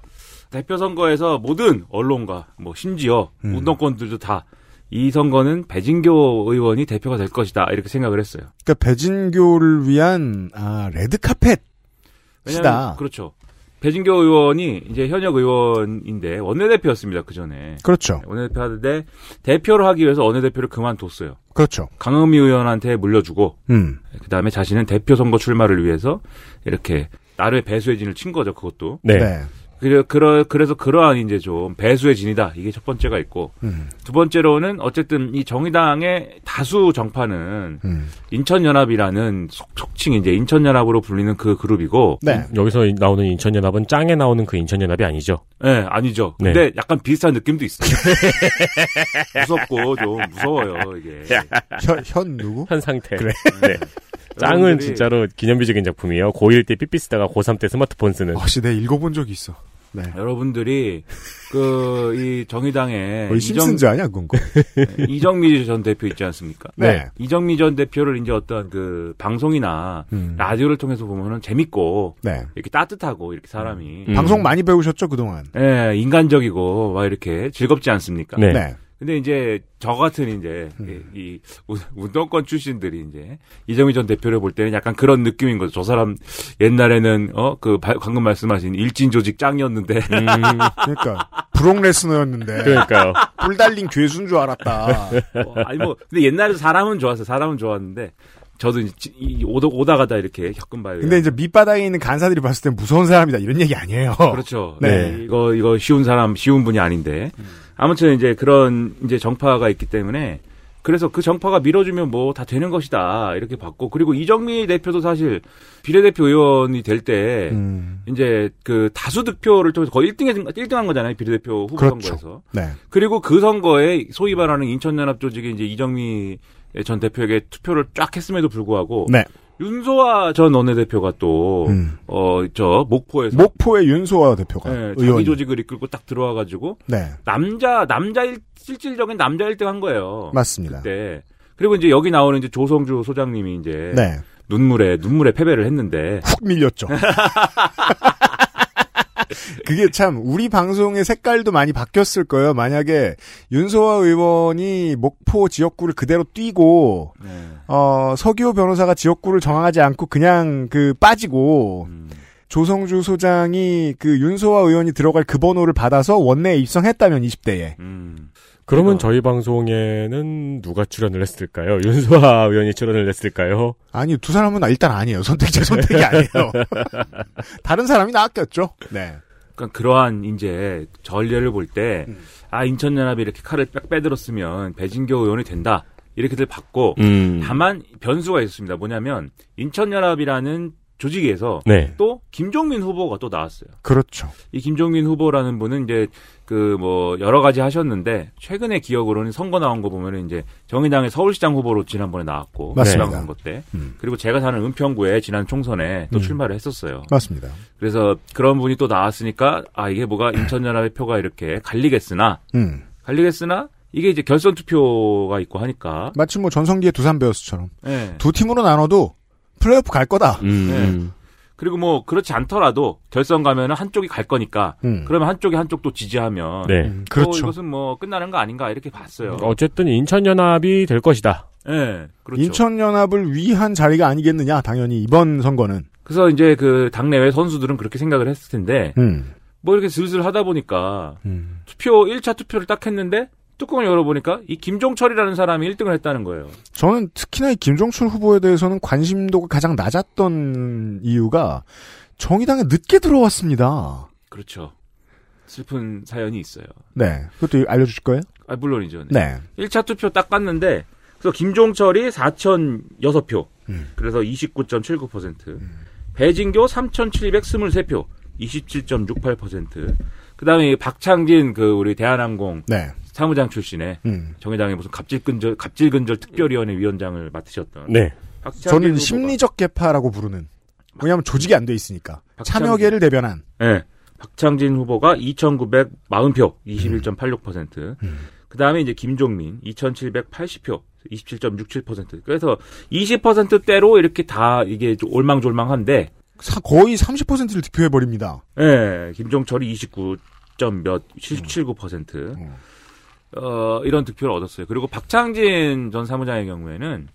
대표 선거에서 모든 언론과 뭐 심지어
음.
운동권들도 다 이 선거는 배진교 의원이 대표가 될 것이다 이렇게 생각을 했어요.
그러니까 배진교를 위한 아, 레드 카펫.
왜냐하면
시다.
그렇죠. 배진교 의원이 이제 현역 의원인데 원내대표였습니다 그 전에
그렇죠.
원내대표 하는데 대표를 하기 위해서 원내대표를 그만뒀어요.
그렇죠.
강은미 의원한테 물려주고
음.
그 다음에 자신은 대표 선거 출마를 위해서 이렇게 나름의 배수의 진을 친 거죠, 그것도.
네.
그래, 그러, 그래서 그러한 이제 좀 배수의 진이다. 이게 첫 번째가 있고.
음.
두 번째로는 어쨌든 이 정의당의 다수 정파는
음.
인천연합이라는 속, 칭 이제 인천연합으로 불리는 그 그룹이고.
네.
여기서 이- 나오는 인천연합은 짱에 나오는 그 인천연합이 아니죠.
예, 아니죠.
네.
근데 약간 비슷한 느낌도 있어요. [laughs] 무섭고 좀 무서워요, 이게.
현, 현 누구?
현 상태.
그래.
네.
[laughs] 짱은
여러분들이-
진짜로 기념비적인 작품이에요. 고1 때 삐삐 쓰다가 고3 때 스마트폰 쓰는.
어, 씨, 내가 읽어본 적이 있어. 네.
여러분들이 그 이 정의당의
거의 심슨즈 아니야, 그건 거?
이정미 전 대표 있지 않습니까?
네.
이정미 전 대표를 이제 어떤 그 방송이나
음.
라디오를 통해서 보면은 재밌고
네.
이렇게 따뜻하고 이렇게 사람이
음.
방송 많이 배우셨죠, 그동안?
예, 인간적이고 막 이렇게 즐겁지 않습니까?
네.
근데 이제 저 같은 이제 이, 이 운- 운동권 출신들이 이제 이정미 전 대표를 볼 때는 약간 그런 느낌인 거죠. 저 사람 옛날에는 어그 방금 말씀하신 일진 조직 짱이었는데
그러니까 브록 레스너였는데
그러니까요.
뿔 달린 괴수인 줄 알았다.
어, 아니 뭐 근데 옛날에 사람은 좋았어요. 사람은 좋았는데 저도 이제 지- 이 오다 오다가다 이렇게 겪은 바예요.
근데 이제 밑바닥에 있는 간사들이 봤을 땐 무서운 사람이다 이런 얘기 아니에요.
그렇죠.
네.
네. 이거 이거 쉬운 사람 쉬운 분이 아닌데 아무튼 이제 그런 이제 정파가 있기 때문에 그래서 그 정파가 밀어주면 뭐 다 되는 것이다 이렇게 봤고 그리고 이정미 대표도 사실 비례대표 의원이 될 때
[laughs] 음.
이제 그 다수 득표를 통해서 거의 1등 1등한 거잖아요 비례대표 후보
그렇죠.
선거에서
네.
그리고 그 선거에 소위 말하는 인천연합 조직이 이제 이정미 전 대표에게 투표를 쫙 했음에도 불구하고
네.
윤소아 전 원내대표가 어.
음.
또어저 목포에서
목포의 윤소아 대표가
예,
의원.
자기 조직을 이끌고 딱 들어와가지고
네.
남자 남자 일, 실질적인 남자 1등 한 거예요.
맞습니다.
그때 그리고 이제 여기 나오는 이제 조성주 소장님이 이제
네.
눈물에 눈물에 패배를 했는데
훅 [laughs] 밀렸죠. 그게 참 우리 방송의 색깔도 많이 바뀌었을 거예요. 만약에 윤소아 의원이 목포 지역구를 그대로 뛰고 어, 서기호 변호사가 지역구를 정하지 않고 그냥 그 빠지고
음,
조성주 소장이 그 윤소아 의원이 들어갈 그 번호를 받아서 원내에 입성했다면 20대에
음.
그러면
어.
저희 방송에는 누가 출연을 했을까요? 윤소아 [laughs] 의원이 출연을 했을까요?
아니 두 사람은 일단 아니에요. 선택 제 선택이 [laughs] 아니에요. 다른 사람이 낚였죠. 네.
그러니까 그러한 이제 전례를 볼 때 아
음.
인천연합이 이렇게 칼을 빽 빼들었으면 배진교 의원이 된다 이렇게들 봤고
음.
다만 변수가 있었습니다. 뭐냐면 인천연합이라는 조직에서
네.
또 김종민 후보가 또 나왔어요.
그렇죠.
이 김종민 후보라는 분은 이제 그 뭐 여러 가지 하셨는데 최근의 기억으로는 선거 나온 거 보면은 이제 정의당의 서울시장 후보로 지난번에 나왔고
맞습니다.
지방선거 때
음.
그리고 제가 사는 은평구에 지난 총선에 또
음.
출마를 했었어요.
맞습니다.
아,
[clears throat]
그래서 그런 분이 또 나왔으니까 아 이게 뭐가 인천연합의 표가 이렇게 갈리겠으나
음.
갈리겠으나 이게 이제 결선 투표가 있고 하니까
마침 뭐 전성기의 두산 베어스처럼
네.
두 팀으로 나눠도 플레이오프 갈 거다.
네. 그리고 뭐 그렇지 않더라도 결선 가면은 한쪽이 갈 거니까
음.
그러면 한쪽이 한쪽 또 지지하면
네.
또
그렇죠. 음.
이것은 뭐 끝나는 거 아닌가 이렇게 봤어요.
어쨌든 인천연합이 될 것이다.
네, 그렇죠.
인천연합을 위한 자리가 아니겠느냐, 당연히 이번 선거는.
그래서 이제 그 당내외 선수들은 그렇게 생각을 했을 텐데
음.
뭐 이렇게 슬슬 하다 보니까
음.
투표 1차 투표를 딱 했는데 뚜껑을 열어보니까 이 김종철이라는 사람이 1등을 했다는 거예요.
저는 특히나 이 김종철 후보에 대해서는 관심도가 가장 낮았던 이유가 정의당에 늦게 들어왔습니다.
그렇죠. 슬픈 사연이 있어요.
네. 그것도 알려주실 거예요?
아, 물론이죠.
네.
1차 투표 딱 봤는데 그래서 김종철이 4,006표. 그래서 29.79%. 배진교 3,723표. 27.68%. 그다음에 이 박창진 그 우리 대한항공
네.
사무장 출신의
음.
정의당의 무슨 갑질근절 갑질근절 특별위원회 위원장을 맡으셨던
네.
음.
박창진
저는
후보가-
심리적 개파라고 부르는. 왜냐하면 조직이 안 돼 있으니까.
박찬호.
참여계를 대변한.
예. 박창진 후보가 2,940표, 21.86%. 그 다음에 이제 김종민, 2,780표, 27.67%. 그래서 20%대로 이렇게 다 이게 좀 올망졸망한데,
사- 거의 30%를 득표해버립니다.
예, 김종철이 29. 점 몇, 79%. 어, 이런 득표를 얻었어요. 그리고 박창진 전 사무장의 경우에는,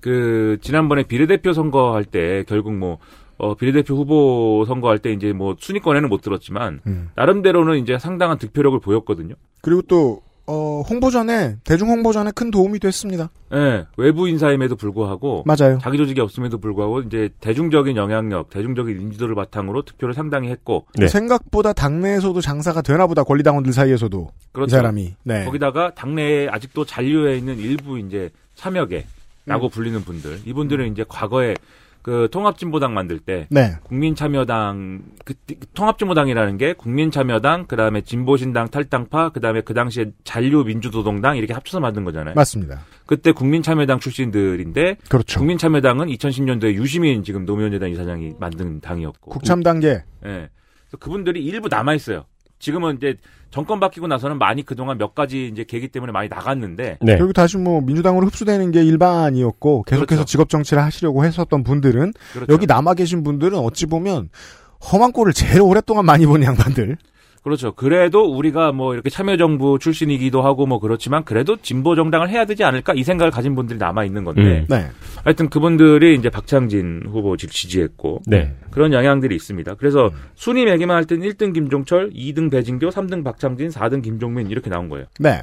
그, 지난번에 비례대표 선거할 때, 결국 뭐, 어, 비례대표 후보 선거할 때, 이제 뭐, 순위권에는 못 들었지만,
음.
나름대로는 이제 상당한 득표력을 보였거든요.
그리고 또, 어, 홍보전에, 대중홍보전에 큰 도움이 됐습니다.
예, 외부 인사임에도 불구하고,
맞아요.
자기 조직이 없음에도 불구하고, 이제, 대중적인 영향력, 대중적인 인지도를 바탕으로 득표를 상당히 했고,
네.
생각보다 당내에서도 장사가 되나보다 권리당원들 사이에서도 이
그렇죠.
사람이 네.
거기다가 당내에 아직도 잔류해 있는 일부 이제 참여계라고
음.
불리는 분들 이분들은 이제 과거에 그 통합진보당 만들 때
네.
국민참여당 그, 그 통합진보당이라는 게 국민참여당 그다음에 진보신당 탈당파 그다음에 그 당시에 잔류민주노동당 이렇게 합쳐서 만든 거잖아요.
맞습니다.
그때 국민참여당 출신들인데
그렇죠.
국민참여당은 2010년도에 유시민 지금 노무현재단 이사장이 만든 당이었고
국참 단계
예. 그래서 그분들이 일부 남아 있어요. 지금은 이제 정권 바뀌고 나서는 많이 그동안 몇 가지 이제 계기 때문에 많이 나갔는데
네.
결국 다시 뭐 민주당으로 흡수되는 게 일반이었고 계속해서
그렇죠.
직업 정치를 하시려고 했었던 분들은
그렇죠.
여기 남아 계신 분들은 어찌 보면 험한 꼴을 제일 오랫동안 많이 본 양반들.
그렇죠. 그래도 우리가 뭐 이렇게 참여정부 출신이기도 하고 뭐 그렇지만 그래도 진보 정당을 해야 되지 않을까 이 생각을 가진 분들이 남아 있는 건데
음.
네.
하여튼 그분들이 이제 박창진 후보 지- 지지했고
네.
그런 영향들이 있습니다. 그래서 순위 매기만 할 때는 1등 김종철, 2등 배진교, 3등 박창진, 4등 김종민 이렇게 나온 거예요.
네.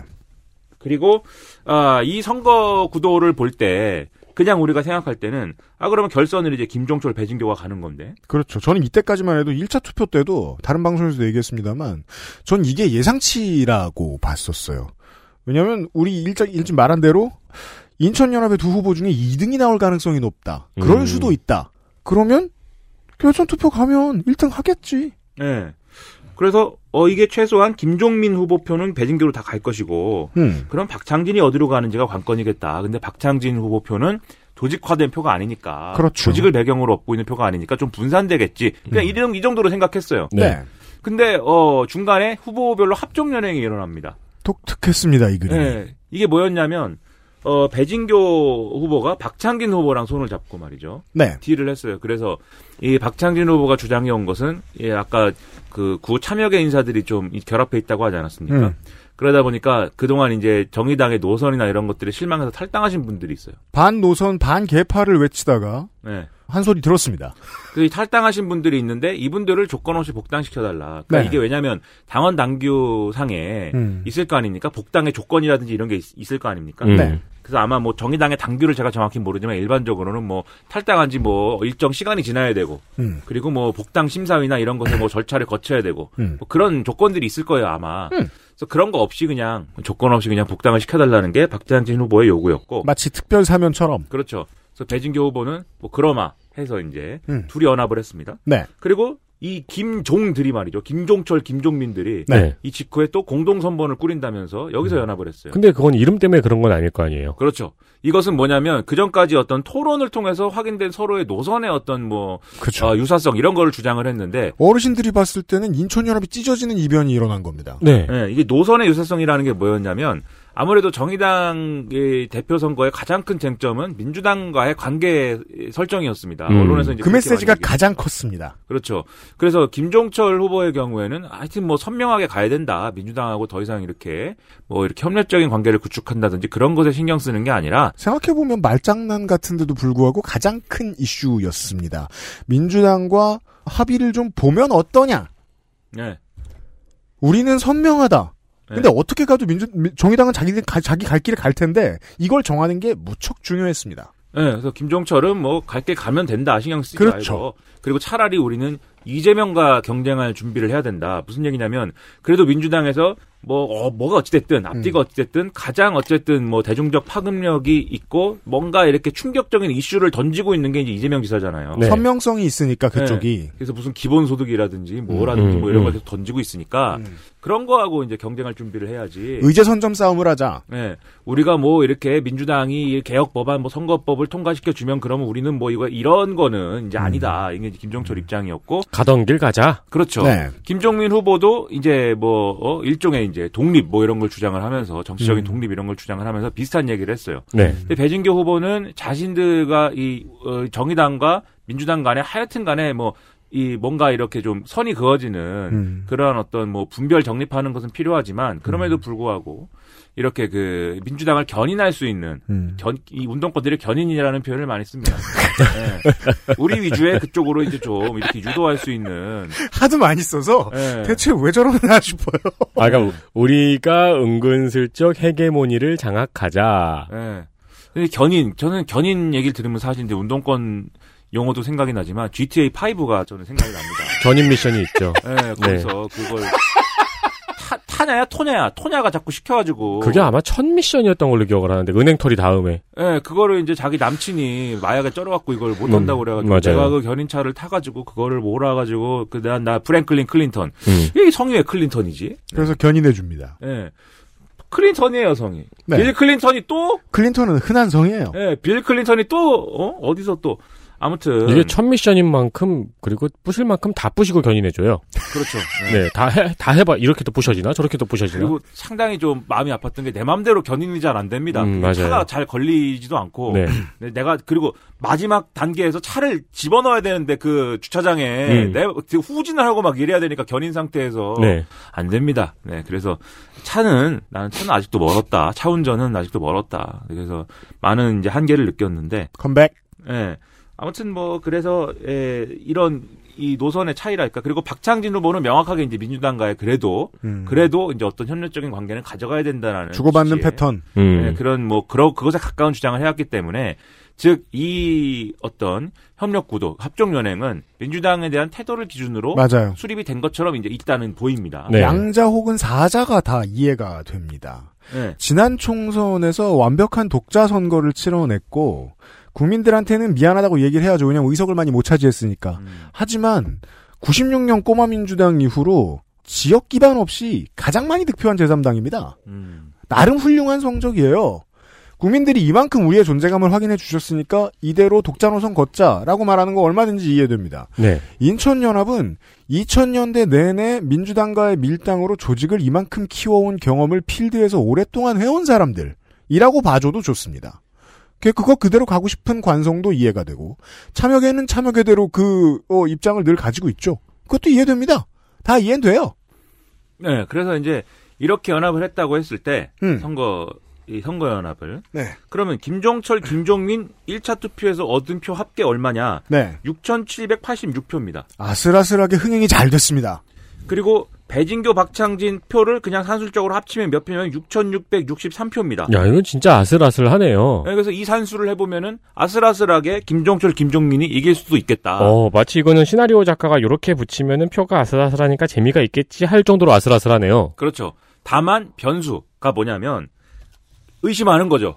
그리고 아, 이 선거 구도를 볼 때 그냥 우리가 생각할 때는 아 그러면 결선을 이제 김종철 배진교가 가는 건데
그렇죠. 저는 이때까지만 해도 1차 투표 때도 다른 방송에서도 얘기했습니다만 전 이게 예상치라고 봤었어요. 왜냐면 우리 일자 일찍 말한 대로 인천연합의 두 후보 중에 2등이 나올 가능성이 높다. 그럴
음.
수도 있다. 그러면 결선 투표 가면 1등 하겠지.
예 그래서 어 이게 최소한 김종민 후보표는 배진교로 다 갈 것이고
음.
그럼 박창진이 어디로 가는지가 관건이겠다 근데 박창진 후보표는 조직화된 표가 아니니까
그렇죠. 음.
조직을 배경으로 얻고 있는 표가 아니니까 좀 분산되겠지 그냥 이 정도- 이 정도로 생각했어요
네.
근데 어 중간에 후보별로 합종 연행이 일어납니다
독특했습니다 이 그림.
네. 이게 뭐였냐면 어 배진교 후보가 박창진 후보랑 손을 잡고 말이죠.
네.
딜을 했어요. 그래서 이 박창진 후보가 주장해 온 것은 예, 아까 그 구 참여계 인사들이 좀이 결합해 있다고 하지 않았습니까?
음.
그러다 보니까 그동안 이제 정의당의 노선이나 이런 것들이 실망해서 탈당하신 분들이 있어요.
반 노선 반 개파를 외치다가
네.
한 소리 들었습니다.
그 탈당하신 분들이 있는데 이분들을 조건 없이 복당시켜 달라. 그러니까
네.
이게 왜냐면 당원 당규 상에
음.
있을 거 아닙니까? 복당의 조건이라든지 이런 게 있, 을거 아닙니까?
음.
네.
그래서 아마 뭐 정의당의 당규를 제가 정확히 모르지만 일반적으로는 뭐 탈당한 지 뭐 일정 시간이 지나야 되고
음.
그리고 뭐 복당 심사위나 이런 것에 뭐 절차를 거쳐야 되고
음.
뭐 그런 조건들이 있을 거예요 아마.
음.
그래서 그런 거 없이 그냥 조건 없이 그냥 복당을 시켜달라는 게 박장진 후보의 요구였고
마치 특별 사면처럼.
그렇죠. 그래서 배진교 후보는 뭐 그러마 해서 이제
음.
둘이 연합을 했습니다.
네.
그리고 이 김종들이 말이죠. 김종철, 김종민들이
음.
네.
이 직후에 또 공동 선번을 꾸린다면서 여기서 연합을 했어요.
근데 그건 이름 때문에 그런 건 아닐 거 아니에요.
그렇죠. 이것은 뭐냐면 그 전까지 어떤 토론을 통해서 확인된 서로의 노선의 어떤 뭐
그렇죠.
어, 유사성 이런 거를 주장을 했는데
어르신들이 봤을 때는 인천연합이 찢어지는 이변이 일어난 겁니다.
네.
예, 이게 노선의 유사성이라는 게 뭐였냐면 아무래도 정의당의 대표 선거의 가장 큰 쟁점은 민주당과의 관계 설정이었습니다.
음.
언론에서 이제
그 메시지가
그렇게 많이
가장 컸습니다.
그렇죠. 그래서 김종철 후보의 경우에는 하여튼 뭐 선명하게 가야 된다. 민주당하고 더 이상 이렇게 뭐 이렇게 협력적인 관계를 구축한다든지 그런 것에 신경 쓰는 게 아니라
생각해보면 말장난 같은데도 불구하고 가장 큰 이슈였습니다. 민주당과 합의를 좀 보면 어떠냐?
예.
우리는 선명하다. 근데
예.
어떻게 가도 민주, 민- 정의당은 자기, 자기 갈 길을 갈 텐데 이걸 정하는 게 무척 중요했습니다.
예, 그래서 김종철은 뭐 갈게 가면 된다 신경 쓰지
그렇죠.
말고 그리고 차라리 우리는 이재명과 경쟁할 준비를 해야 된다 무슨 얘기냐면 그래도 민주당에서 뭐 어, 뭐가 어찌됐든
음.
앞뒤가 어찌됐든 가장 어쨌든 뭐 대중적 파급력이 있고 뭔가 이렇게 충격적인 이슈를 던지고 있는 게 이제 이재명 지사잖아요. 예,
네.
선명성이 있으니까 그쪽이.
그래서 무슨 기본소득이라든지 뭐라든지
음,
뭐
음.
이런 걸 계속 던지고 있으니까
음.
그런 거하고 이제 경쟁할 준비를 해야지.
의제 선점 싸움을 하자.
예. 우리가 뭐 이렇게 민주당이 이 개혁 법안 뭐 선거법을 통과시켜 주면 그러면 우리는 뭐 이거 이런 거는 이제 아니다. 이게 이제 김종철 입장이었고
가던 길 가자.
그렇죠.
네.
김종민 후보도 이제 뭐 어, 일종의 이제 독립 뭐 이런 걸 주장을 하면서 정치적인 독립 이런 걸 주장을 하면서 비슷한 얘기를 했어요.
네.
근데 배진교 후보는 자신들과 이 어, 정의당과 민주당 간에 하여튼 간에 뭐 이 뭔가 이렇게 좀 선이 그어지는
음.
그러한 어떤 뭐 분별 정립하는 것은 필요하지만 그럼에도 불구하고 이렇게 그 민주당을 견인할 수 있는
음.
견, 이 운동권들의 견인이라는 표현을 많이 씁니다. 예. 우리 위주의 그쪽으로 이제 좀 이렇게 유도할 수 있는
하도 많이 써서
예.
대체 왜 저러나 [laughs] 싶어요.
아, 그러니까 우리가 은근슬쩍 헤게모니를 장악하자.
예. 근데 견인, 저는 견인 얘기를 들으면 사실 이제 운동권 용어도 생각이 나지만 GTA 5가 저는 생각이 납니다.
전인 미션이 있죠.
예,
네.
그래서 그걸 타, 타냐야 토냐야 토냐가 자꾸 시켜가지고
그게 아마 첫 미션이었던 걸로 기억을 하는데 은행털이 다음에
예, 그거를 이제 자기 남친이 마약에 쩔어갖고 이걸
음,
못한다고 그래가지고
맞아요.
내가 그 견인차를 타가지고 그거를 몰아가지고 그 난 나 프랭클린 클린턴
음.
이게 성이 왜 클린턴이지?
그래서 견인해 줍니다.
예. 클린턴이에요 성이.
네.
빌 클린턴이 또?
클린턴은 흔한 성이에요.
예, 빌 클린턴이 또 어? 어디서 또? 아무튼
이게 첫 미션인 만큼 그리고 부실 만큼 다 부시고 견인해줘요.
그렇죠. 예.
네, 다 해 다 해봐 이렇게도 부셔지나 저렇게도 부셔지나.
그리고 상당히 좀 마음이 아팠던 게 내 마음대로 견인이 잘 안 됩니다.
음, 맞아요.
차가 잘 걸리지도 않고
네,
네, 내가 그리고 마지막 단계에서 차를 집어넣어야 되는데 그 주차장에
음.
내그 후진을 하고 막 이래야 되니까 견인 상태에서
네.
안 됩니다. 네, 그래서 차는 나는 차는 아직도 멀었다. 차 운전은 아직도 멀었다. 그래서 많은 이제 한계를 느꼈는데
컴백.
예. 아무튼 뭐 그래서 예, 이런 이 노선의 차이랄까 그리고 박창진 후보는 명확하게 이제 민주당과의 그래도
음.
그래도 이제 어떤 협력적인 관계는 가져가야 된다라는
주고받는
취지의,
패턴.
음.
예, 그런 뭐 그러 그것에 가까운 주장을 해왔기 때문에 즉 이 어떤 협력 구도 합종 연행은 민주당에 대한 태도를 기준으로
맞아요.
수립이 된 것처럼 이제 일단은 보입니다.
네.
양자 혹은 사자가 다 이해가 됩니다.
예.
지난 총선에서 완벽한 독자 선거를 치러냈고 국민들한테는 미안하다고 얘기를 해야죠. 왜냐면 의석을 많이 못 차지했으니까.
음.
하지만 96년 꼬마 민주당 이후로 지역 기반 없이 가장 많이 득표한 제3당입니다.
음.
나름 훌륭한 성적이에요. 국민들이 이만큼 우리의 존재감을 확인해 주셨으니까 이대로 독자 노선 걷자라고 말하는 거 얼마든지 이해됩니다.
네.
인천연합은 2000년대 내내 민주당과의 밀당으로 조직을 이만큼 키워온 경험을 필드에서 오랫동안 해온 사람들이라고 봐줘도 좋습니다. 그- 그거 그대로 가고 싶은 관성도 이해가 되고 참여계는 참여계대로 그 어, 입장을 늘 가지고 있죠. 그것도 이해됩니다. 다 이해는 돼요.
네, 그래서 이제 이렇게 연합을 했다고 했을 때
음.
선거 이 선거 연합을
네.
그러면 김종철, 김종민 1차 투표에서 얻은 표 합계 얼마냐?
네.
6,786표입니다.
아슬아슬하게 흥행이 잘 됐습니다.
그리고 배진교, 박창진 표를 그냥 산술적으로 합치면 몇 표냐면 6,663표입니다.
야, 이건 진짜 아슬아슬하네요.
예, 그래서 이 산수를 해보면은 아슬아슬하게 김종철, 김종민이 이길 수도 있겠다.
어, 마치 이거는 시나리오 작가가 이렇게 붙이면은 표가 아슬아슬하니까 재미가 있겠지 할 정도로 아슬아슬하네요.
그렇죠. 다만 변수가 뭐냐면 의심하는 거죠.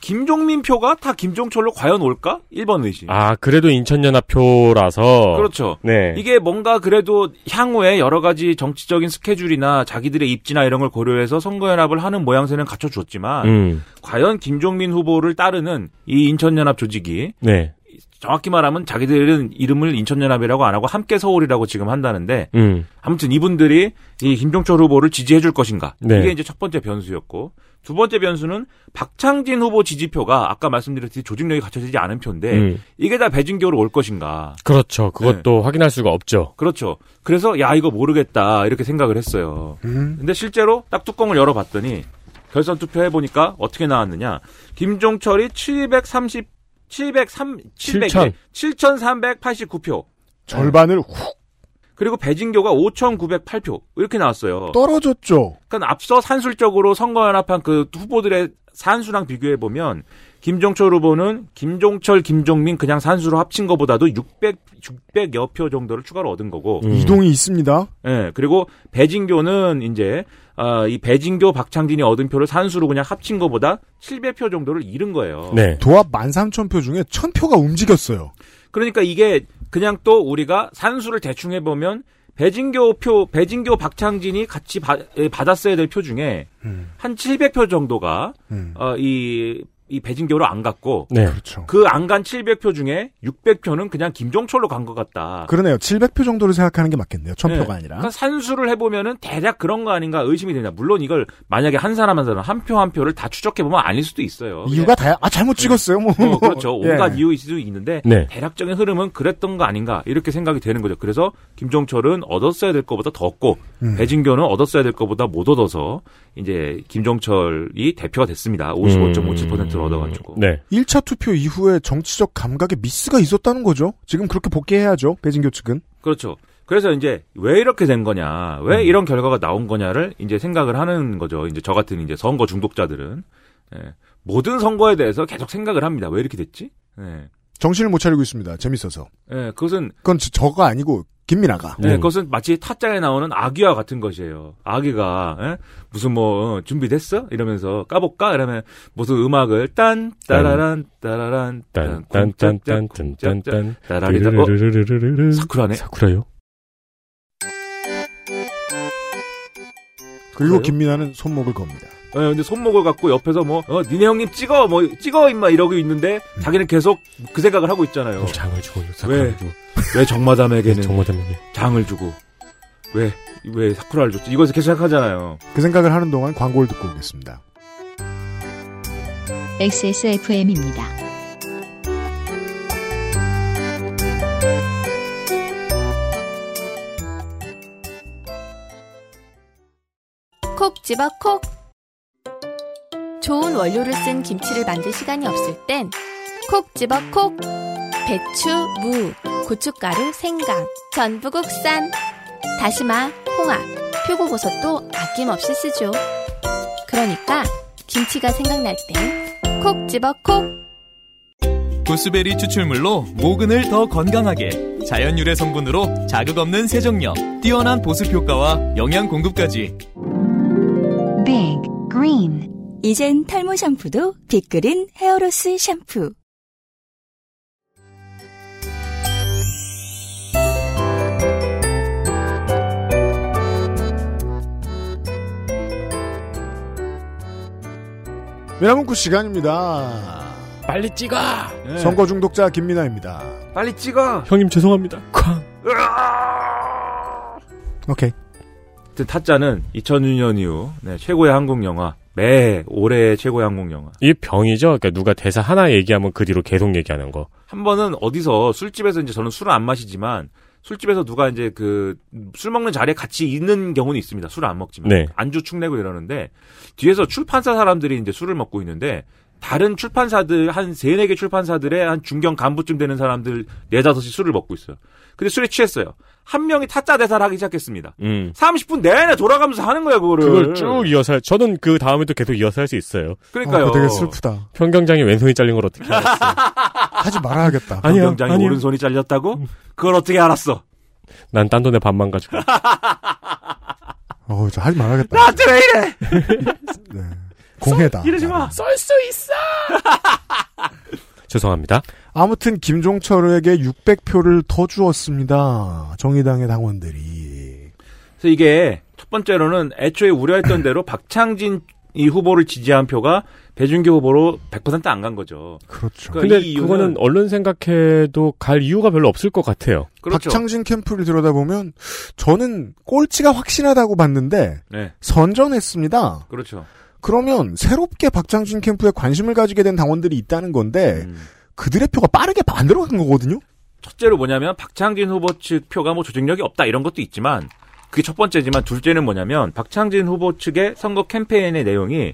김종민 표가 다 김종철로 과연 올까? 1번 의심.
아, 그래도 인천연합표라서.
그렇죠.
네.
이게 뭔가 그래도 향후에 여러 가지 정치적인 스케줄이나 자기들의 입지나 이런 걸 고려해서 선거연합을 하는 모양새는 갖춰줬지만
음.
과연 김종민 후보를 따르는 이 인천연합 조직이
네.
정확히 말하면 자기들은 이름을 인천연합이라고 안 하고 함께 서울이라고 지금 한다는데
음.
아무튼 이분들이 이 김종철 후보를 지지해 줄 것인가
네.
이게 이제 첫 번째 변수였고 두 번째 변수는 박창진 후보 지지표가 아까 말씀드렸듯이 조직력이 갖춰지지 않은 표인데
음.
이게 다 배진교로 올 것인가
그렇죠. 그것도
네.
확인할 수가 없죠.
그렇죠 그래서 야 이거 모르겠다 이렇게 생각을 했어요
음.
근데 실제로 딱 뚜껑을 열어봤더니 결선 투표해 보니까 어떻게 나왔느냐 김종철이 730 703
칠천.
700 7,389표
절반을 훅
그리고 배진교가 5,908표 이렇게 나왔어요.
떨어졌죠.
그러니까 앞서 산술적으로 선거연합한 그 후보들의 산수랑 비교해 보면 김종철 후보는 김종철, 김종민 그냥 산수로 합친 것보다도 600 600여 표 정도를 추가로 얻은 거고,
음.
이동이 있습니다.
예 그리고 배진교는 이제 아, 이 배진교, 박창진이 얻은 표를 산수로 그냥 합친 것보다 700표 정도를 잃은 거예요.
네.
도합 13,000표 중에 1,000표가 움직였어요.
그러니까 이게 그냥 또 우리가 산수를 대충 해보면 배진교 표, 배진교 박창진이 같이 예, 받- 에, 받았어야 될 표 중에
음.
한 700표 정도가
음.
어, 이, 이 배진교로 안 갔고
네.
그렇죠.
그 안 간 700표 중에 600표는 그냥 김종철로 간 것 같다.
그러네요. 700표 정도를 생각하는 게 맞겠네요. 1,000표가
아. 네.
아니라.
그러니까 산수를 해보면은 대략 그런 거 아닌가 의심이 되냐. 물론 이걸 만약에 한 사람 한 사람 한 표 한 표를 다 추적해보면 아닐 수도 있어요.
이유가 다야. 아, 잘못 찍었어요. 뭐.
예. 어, 그렇죠.
[laughs]
온갖
예.
이유일 수도 있는데
네.
대략적인 흐름은 그랬던 거 아닌가 이렇게 생각이 되는 거죠. 그래서 김종철은 얻었어야 될 것보다 더 얻고
음.
배진교는 얻었어야 될 것보다 못 얻어서 이제 김종철이 대표가 됐습니다.
음.
55.57%를 얻어가지고.
네.
1차 투표 이후에 정치적 감각에 미스가 있었다는 거죠. 지금 그렇게 복귀해야죠. 배진교 측은.
그렇죠. 그래서 이제 왜 이렇게 된 거냐,
음.
왜 이런 결과가 나온 거냐를 이제 생각을 하는 거죠. 이제 저 같은 이제 선거 중독자들은 예. 모든 선거에 대해서 계속 생각을 합니다. 왜 이렇게 됐지? 예.
정신을 못 차리고 있습니다. 재밌어서.
예, 그것은
그건 저- 저가 아니고 김민아가.
네,
음.
그것은 마치 타짜에 나오는 아귀와 같은 것이에요. 아귀가 예? 무슨 뭐 어, 준비됐어? 이러면서 까볼까? 이러면 무슨 음악을 딴 따라란 따라란 딴 쿵짝짝 쿵짝짝
딴딴딴딴딴딴. 아,
따라리다 어? 사쿠라네?
사쿠라요?
그리고
그래요?
김민아는 손목을 겁니다.
예, 근데 손목을 갖고 옆에서 뭐 어, 니네 형님 찍어 뭐 찍어 임마 이러고 있는데 자기는 계속 그 생각을 하고 있잖아요.
장을 주고
왜? 네.
사쿠라를 주고.
왜 정마담에게는
정말 대단해.
장을 주고 왜 왜 사쿠라를 줬지? 이거에서 계속 생각하잖아요.
그 생각을 하는 동안 광고를 듣고 오겠습니다.
XSFM입니다.
콕 집어 콕. 좋은 원료를 쓴 김치를 만들 시간이 없을 땐 콕 집어 콕. 배추, 무, 고춧가루, 생강, 전부 국산, 다시마, 홍합, 표고버섯도 아낌없이 쓰죠. 그러니까 김치가 생각날 땐 콕 집어 콕.
구스베리 추출물로 모근을 더 건강하게 자연 유래 성분으로 자극 없는 세정력 뛰어난 보습 효과와 영양 공급까지
Big Green
이젠 탈모 샴푸도 빅그린 헤어로스 샴푸.
미라문구 시간입니다.
빨리 찍어!
예.
선거 중독자 김민아입니다.
빨리 찍어.
형님 죄송합니다. 쾅.
오케이.
아무튼 그 타짜는 2006년 이후 네, 최고의 한국 영화 매 올해 최고의 한국 영화
이 병이죠. 그러니까 누가 대사 하나 얘기하면 그 뒤로 계속 얘기하는 거.
한 번은 어디서 술집에서 이제 저는 술을 안 마시지만 술집에서 누가 이제 그 술 먹는 자리에 같이 있는 경우는 있습니다 술을 안 먹지만
네.
안주 축내고 이러는데 뒤에서 출판사 사람들이 이제 술을 먹고 있는데 다른 출판사들 한 세네 개 출판사들의 한 중견 간부쯤 되는 사람들 네 다섯이 술을 먹고 있어요 근데 술에 취했어요 한 명이 타짜 대사를 하기 시작했습니다
음.
30분 내내 돌아가면서 하는 거야 그거를
그걸 쭉 이어서 할, 저는 그 다음에 또 계속 이어서 할 수 있어요.
그러니까요
어, 그거 되게 슬프다.
평경장에 왼손이 잘린 걸 어떻게
[laughs]
알았어?
하지 말아야겠다.
아니야,
경장이
아니야.
오른손이 잘렸다고? 그걸 어떻게 알았어?
난 딴 돈에 반만 가지고.
어, 저 하지 말아야겠다.
나한테 왜 이래?
네. 공해다.
이러지 마.
쏠 수 있어.
죄송합니다.
아무튼 김종철에게 600표를 더 주었습니다. 정의당의 당원들이.
그래서 이게 첫 번째로는 애초에 우려했던 대로 박창진 이 후보를 지지한 표가 배준규 후보로 100%안 간 거죠.
그렇죠.
그러니까
근데
이 이유는-
그거는 언론 생각해도 갈 이유가 별로 없을 것 같아요.
그렇죠.
박창진 캠프를 들여다보면 저는 꼴찌가 확신하다고 봤는데
네,
선전했습니다.
그렇죠.
그러면 새롭게 박창진 캠프에 관심을 가지게 된 당원들이 있다는 건데
음.
그들의 표가 빠르게 반대로 간 거거든요.
첫째로 뭐냐면 박창진 후보 측 표가 뭐 조직력이 없다 이런 것도 있지만 그게 첫 번째지만 둘째는 뭐냐면 박창진 후보 측의 선거 캠페인의 내용이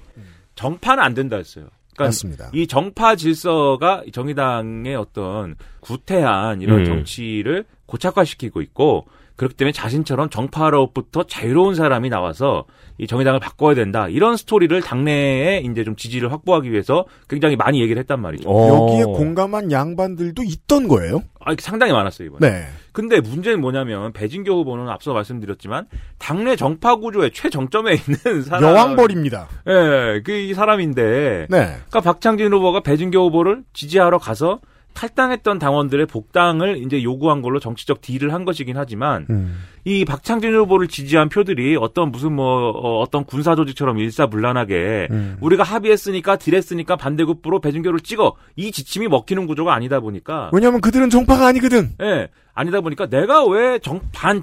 정파는 안 된다였어요. 그러니까
맞습니다.
이 정파 질서가 정의당의 어떤 구태한 이런
음.
정치를 고착화시키고 있고 그렇기 때문에 자신처럼 정파로부터 자유로운 사람이 나와서 이 정의당을 바꿔야 된다 이런 스토리를 당내에 이제 좀 지지를 확보하기 위해서 굉장히 많이 얘기를 했단 말이죠.
여기에
어.
공감한 양반들도 있던 거예요.
아, 상당히 많았어요 이번에.
네.
근데 문제는 뭐냐면 배진교 후보는 앞서 말씀드렸지만 당내 정파 구조의 최정점에 [laughs] 있는 사람.
여왕벌입니다.
예, 그 이 사람인데.
네.
그러니까 박창진 후보가 배진교 후보를 지지하러 가서 탈당했던 당원들의 복당을 이제 요구한 걸로 정치적 딜을 한 것이긴 하지만
음.
이 박창진 후보를 지지한 표들이 어떤 무슨 뭐 어, 어떤 군사 조직처럼 일사불란하게
음.
우리가 합의했으니까 딜했으니까 반대급부로 배진교를 찍어 이 지침이 먹히는 구조가 아니다 보니까
왜냐하면 그들은 정파가 아니거든.
예. 아니다 보니까 내가 왜 정,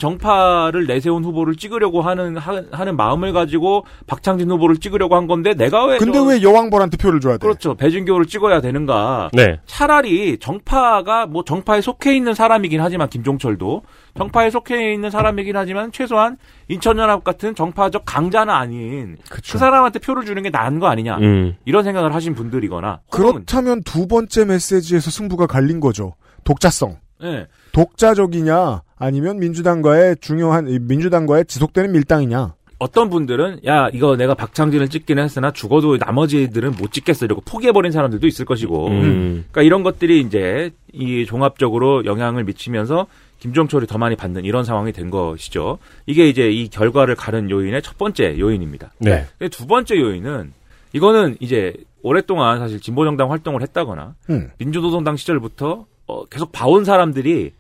반정파를 내세운 후보를 찍으려고 하는, 하, 는 마음을 가지고 박창진 후보를 찍으려고 한 건데 내가 왜.
근데
네, 저-
왜 여왕벌한테 표를 줘야 돼?
그렇죠. 배준교를 찍어야 되는가.
네.
차라리 정파가 뭐 정파에 속해 있는 사람이긴 하지만 김종철도 정파에 속해 있는 사람이긴 하지만 최소한 인천연합 같은 정파적 강자는 아닌 그
그쵸.
사람한테 표를 주는 게 나은 거 아니냐
음.
이런 생각을 하신 분들이거나 혹은,
그렇다면 두 번째 메시지에서 승부가 갈린 거죠. 독자성.
예.
독자적이냐 아니면 민주당과의 중요한 이 민주당과의 지속되는 밀당이냐.
어떤 분들은 야 이거 내가 박창진을 찍긴 했으나 죽어도 나머지들은 못 찍겠어 이러고 포기해버린 사람들도 있을 것이고
음.
그러니까 이런 것들이 이제 이 종합적으로 영향을 미치면서 김종철이 더 많이 받는 이런 상황이 된 것이죠. 이게 이제 이 결과를 가른 요인의 첫 번째 요인입니다.
네.
근데 두 번째 요인은 이거는 이제 오랫동안 사실 진보정당 활동을 했다거나
음.
민주노동당 시절부터 어, 계속 봐온 사람들이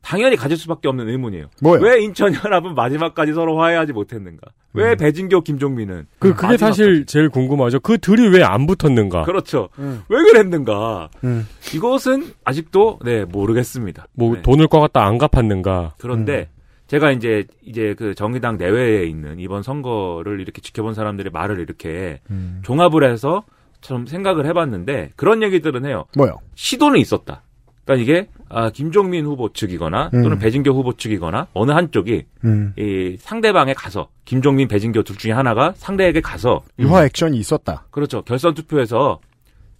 당연히 가질 수밖에 없는 의문이에요.
뭐예요?
왜 인천연합은 마지막까지 서로 화해하지 못했는가? 왜 배진교, 김종민은?
음. 그 그게 사실 음. 제일 궁금하죠. 그 들이 왜 안 붙었는가?
음. [laughs] 그렇죠. 왜 그랬는가?
음.
이것은 아직도 네 모르겠습니다.
뭐
네.
돈을 꿔 갖다 안 갚았는가?
그런데
음.
제가 이제 이제 그 정의당 내외에 있는 이번 선거를 이렇게 지켜본 사람들의 말을 이렇게
음.
종합을 해서 좀 생각을 해봤는데 그런 얘기들은 해요.
뭐요?
시도는 있었다. 그러니까 이게 아, 김종민 후보 측이거나 또는
음.
배진교 후보 측이거나 어느 한쪽이
음.
이 상대방에 가서 김종민, 배진교 둘 중에 하나가 상대에게 가서
유화 액션이 있었다.
그렇죠 결선 투표에서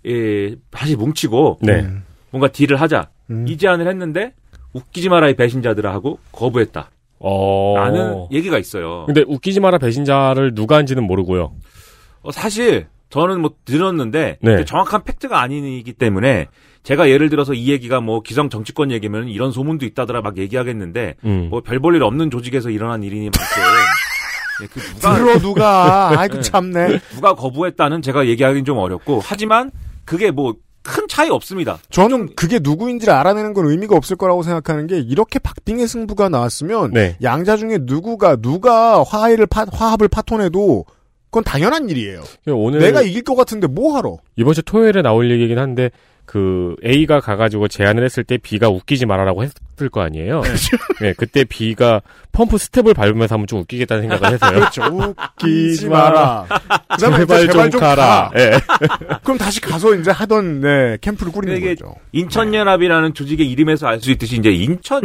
예, 다시 뭉치고
네.
음.
뭔가 딜을 하자
음.
이 제안을 했는데 웃기지 마라 이 배신자들아 하고 거부했다.
어.
라는 얘기가 있어요.
근데 웃기지 마라 배신자를 누가 한지는 모르고요.
어, 사실 저는 뭐 들었는데
네.
이게 정확한 팩트가 아니기 때문에 제가 예를 들어서 이 얘기가 뭐 기성 정치권 얘기면 이런 소문도 있다더라 막 얘기하겠는데
음.
뭐 별 볼 일 없는 조직에서 일어난 일이니 만큼 예, 그 누가
들어 누가 아이고
네.
참네.
누가 거부했다는 제가 얘기하기는 좀 어렵고 하지만 그게 뭐 큰 차이 없습니다.
저는 그게 누구인지를 알아내는 건 의미가 없을 거라고 생각하는 게 이렇게 박빙의 승부가 나왔으면
네.
양자 중에 누구가 누가 화해를 파, 화합을 파토내도 그건 당연한 일이에요.
오늘
내가 이길 것 같은데 뭐 하러?
이번 주 토요일에 나올 얘기긴 한데 그 A가 가가지고 제안을 했을 때 B가 웃기지 말아라고 했을 거 아니에요. [laughs] 네, 그때 B가 펌프 스텝을 밟으면서 하면 좀 웃기겠다는 생각을 해서요.
그렇죠. 웃기지 마라. [laughs] 그다음에 이제 제발, 좀 가라.
예.
그럼 다시 가서 이제 하던 네, 캠프를 꾸리는
그러니까 이게
거죠.
인천연합이라는 조직의 이름에서 알 수 있듯이 이제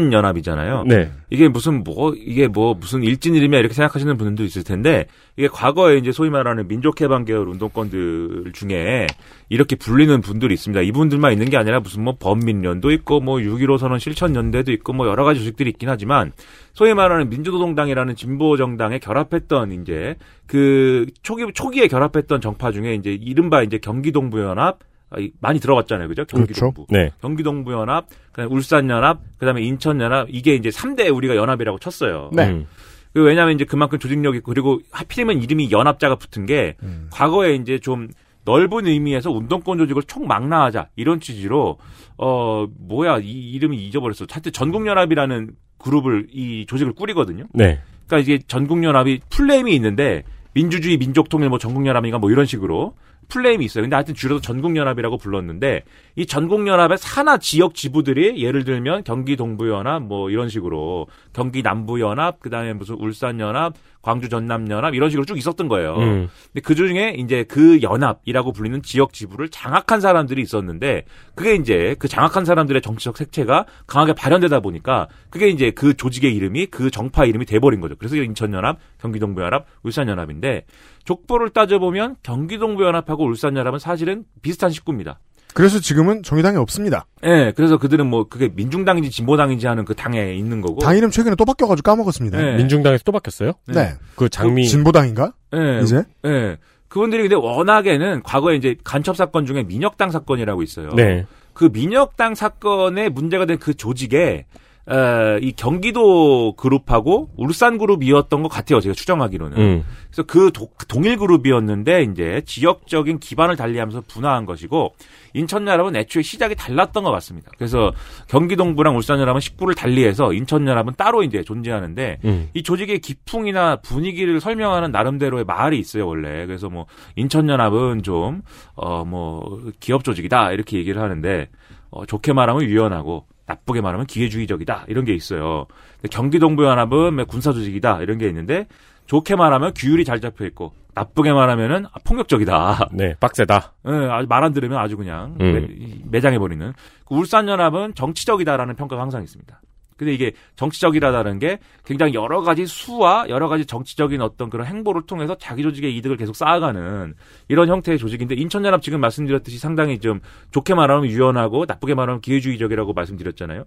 인천연합이잖아요.
네.
이게 무슨 뭐 이게 뭐 무슨 일진이름이야 이렇게 생각하시는 분들도 있을 텐데 이게 과거에 이제 소위 말하는 민족해방 계열 운동권들 중에 이렇게 불리는 분들이 있습니다. 이분들만 있는 게 아니라 무슨 뭐 범민련도 있고 뭐 6.15 선언 실천 연대도 있고 뭐 여러 가지 조직들이 있긴 하지만 소위 말하는 민주노동당이라는 진보 정당에 결합했던 이제 그 초기 초기에 결합했던 정파 중에 이제 이른바 이제 경기동부연합 아, 이- 많이 들어갔잖아요, 그죠? 경기동부.
네.
경기동부연합, 그다음에 울산연합, 그다음에 인천연합 이게 이제 3대 우리가 연합이라고 쳤어요.
네.
음.
왜냐하면 이제 그만큼 조직력이 있고 그리고 하필이면 이름이 연합자가 붙은 게 과거에 이제 좀 넓은 의미에서 운동권 조직을 총망라하자 이런 취지로 어 뭐야 이 이름이 잊어버렸어. 하여튼 전국연합이라는 그룹을 이 조직을 꾸리거든요.
네.
그러니까 이게 전국연합이 풀네임이 있는데 민주주의 민족통일 뭐 전국연합인가 뭐 이런 식으로 풀네임이 있어요. 근데 하여튼 줄여서 전국연합이라고 불렀는데 이 전국연합의 산하 지역 지부들이 예를 들면 경기 동부연합 뭐 이런 식으로 경기 남부연합 그다음에 무슨 울산연합 광주 전남연합 이런 식으로 쭉 있었던 거예요.
음.
근데 그 중에 이제 그 연합이라고 불리는 지역 지부를 장악한 사람들이 있었는데 그게 이제 그 장악한 사람들의 정치적 색채가 강하게 발현되다 보니까 그게 이제 그 조직의 이름이 그 정파 이름이 돼버린 거죠. 그래서 인천연합, 경기동부연합, 울산연합인데 족보를 따져보면 경기동부연합하고 울산연합은 사실은 비슷한 식구입니다.
그래서 지금은 정의당이 없습니다.
예, 그래서 그들은 뭐 그게 민중당인지 진보당인지 하는 그 당에 있는 거고.
당 이름 최근에 또 바뀌어가지고 까먹었습니다.
네.
민중당에서 또 바뀌었어요?
네.
그
어,
장미
진보당인가?
예,
이제?
예. 그분들이 근데 워낙에는 과거에 이제 간첩 사건 중에 민혁당 사건이라고 있어요.
네.
그 민혁당 사건에 문제가 된 그 조직에 어, 이 경기도 그룹하고 울산 그룹이었던 것 같아요. 제가 추정하기로는.
음.
그래서 그 도- 동일 그룹이었는데 이제 지역적인 기반을 달리하면서 분화한 것이고 인천연합은 애초에 시작이 달랐던 것 같습니다. 그래서 경기동부랑 울산연합은 식구를 달리해서 인천연합은 따로 이제 존재하는데
음.
이 조직의 기풍이나 분위기를 설명하는 나름대로의 말이 있어요 원래. 그래서 뭐 인천연합은 좀 어 뭐 기업 조직이다 이렇게 얘기를 하는데 어, 좋게 말하면 유연하고 나쁘게 말하면 기회주의적이다 이런 게 있어요. 근데 경기동부연합은 군사 조직이다 이런 게 있는데 좋게 말하면 규율이 잘 잡혀 있고 나쁘게 말하면은 아, 폭력적이다.
네, 빡세다.
예, 아주 말 안 들으면 아주 그냥
음.
매, 장해 버리는. 그 울산연합은 정치적이다라는 평가가 항상 있습니다. 근데 이게 정치적이라는 게 굉장히 여러 가지 수와 여러 가지 정치적인 어떤 그런 행보를 통해서 자기 조직의 이득을 계속 쌓아가는 이런 형태의 조직인데 인천연합 지금 말씀드렸듯이 상당히 좀 좋게 말하면 유연하고 나쁘게 말하면 기회주의적이라고 말씀드렸잖아요.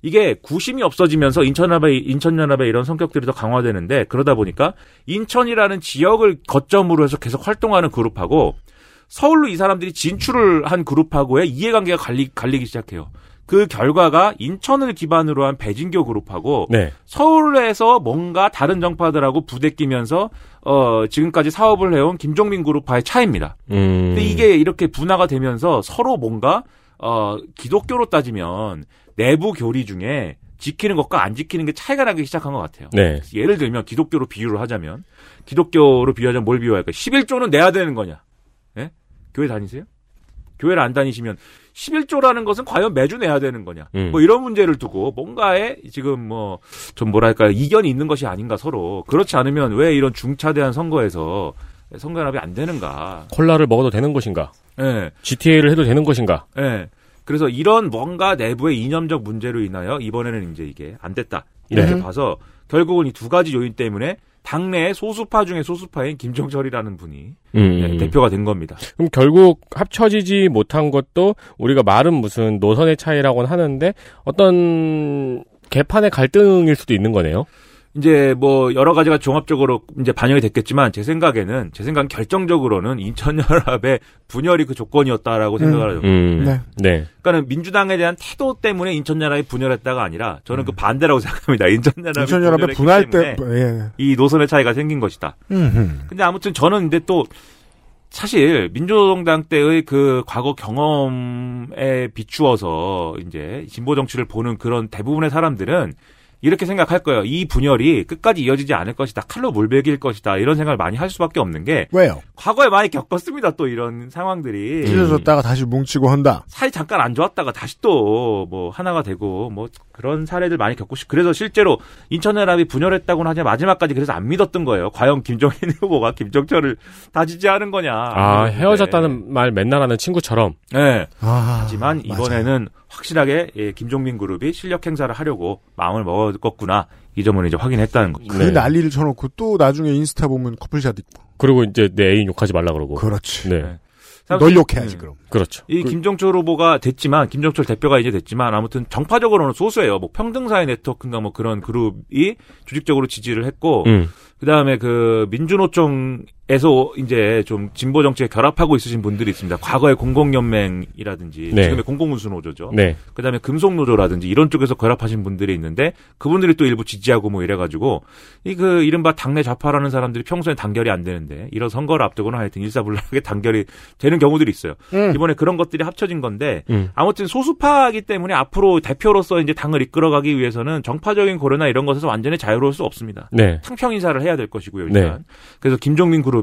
이게 구심이 없어지면서 인천연합의 인천연합의 이런 성격들이 더 강화되는데 그러다 보니까 인천이라는 지역을 거점으로 해서 계속 활동하는 그룹하고 서울로 이 사람들이 진출을 한 그룹하고의 이해관계가 갈리, 갈리기 시작해요. 그 결과가 인천을 기반으로 한 배진교 그룹하고
네.
서울에서 뭔가 다른 정파들하고 부대끼면서 어 지금까지 사업을 해온 김종민 그룹과의 차이입니다.
음.
근데 이게 이렇게 분화가 되면서 서로 뭔가 어 기독교로 따지면 내부 교리 중에 지키는 것과 안 지키는 게 차이가 나기 시작한 것 같아요.
네.
예를 들면 기독교로 비유를 하자면 기독교로 비유하자면 뭘 비유할까? 11조는 내야 되는 거냐? 예? 교회 다니세요? 교회를 안 다니시면 11조라는 것은 과연 매주 내야 되는 거냐?
음.
뭐 이런 문제를 두고 뭔가에 지금 뭐 좀 뭐랄까 이견이 있는 것이 아닌가 서로 그렇지 않으면 왜 이런 중차대한 선거에서 선거연합이 안 되는가?
콜라를 먹어도 되는 것인가?
예.
GTA를 해도 되는 것인가?
예. 그래서 이런 뭔가 내부의 이념적 문제로 인하여 이번에는 이제 이게 안 됐다.
네.
이렇게 봐서 결국은 이 두 가지 요인 때문에 당내의 소수파 중에 소수파인 김종철이라는 분이
음.
네, 대표가 된 겁니다.
그럼 결국 합쳐지지 못한 것도 우리가 말은 무슨 노선의 차이라고는 하는데 어떤 개판의 갈등일 수도 있는 거네요.
이제 뭐 여러 가지가 종합적으로 이제 반영이 됐겠지만 제 생각에는 제 생각 결정적으로는 인천연합의 분열이 그 조건이었다라고 생각을 하죠.
음.
네.
네.
그러니까는 민주당에 대한 태도 때문에 인천연합이 분열했다가 아니라 저는 그 반대라고 [laughs] 생각합니다. 인천연합이
인천연합의 분할
분열했기
때,
때문에
예.
이 노선의 차이가 생긴 것이다.
음흠.
근데 아무튼 저는 근데 또 사실 민주노동당 때의 그 과거 경험에 비추어서 이제 진보 정치를 보는 그런 대부분의 사람들은 이렇게 생각할 거예요. 이 분열이 끝까지 이어지지 않을 것이다. 칼로 물베길 것이다. 이런 생각을 많이 할 수밖에 없는 게
왜요?
과거에 많이 겪었습니다. 또 이런
네.
상황들이
찢어졌다가 다시 뭉치고 한다.
사이 잠깐 안 좋았다가 다시 또 뭐 하나가 되고 뭐 그런 사례들 많이 겪고 싶. 그래서 실제로 인천연합이 분열했다고는 하지만 마지막까지 그래서 안 믿었던 거예요. 과연 김정인 [laughs] 후보가 김정철을 다 지지하는 거냐.
아,
네.
헤어졌다는 말 맨날 하는 친구처럼.
예. 네.
아,
하지만
맞아요.
이번에는 확실하게 예, 김종민 그룹이 실력 행사를 하려고 마음을 먹었구나. 이 점을 이제 확인했다는 거.
그
네.
난리를 쳐놓고 또 나중에 인스타 보면 커플샷 있고.
그리고 이제 내 애인 욕하지 말라 그러고.
그렇지.
네.
네.
널 욕해야지
음.
그럼.
그렇죠.
이
그-
김종철 후보가 됐지만 김종철 대표가 이제 됐지만 아무튼 정파적으로는 소수예요. 뭐 평등사회 네트워크인가 뭐 그런 그룹이 조직적으로 지지를 했고
음.
그다음에 그 민주노총 에서 이제 좀 진보 정치에 결합하고 있으신 분들이 있습니다. 과거의 공공연맹이라든지
네.
지금의 공공운수 노조죠.
네.
그다음에 금속 노조라든지 이런 쪽에서 결합하신 분들이 있는데 그분들이 또 일부 지지하고 뭐 이래가지고 이 그 이른바 당내 좌파라는 사람들이 평소엔 단결이 안 되는데 이런 선거를 앞두고는 하여튼 일사불란하게 [laughs] 단결이 되는 경우들이 있어요.
음.
이번에 그런 것들이 합쳐진 건데
음.
아무튼 소수파이기 때문에 앞으로 대표로서 이제 당을 이끌어가기 위해서는 정파적인 고려나 이런 것에서 완전히 자유로울 수 없습니다.
네.
탕평 인사를 해야 될 것이고요.
네.
일단 그래서 김종민 그룹의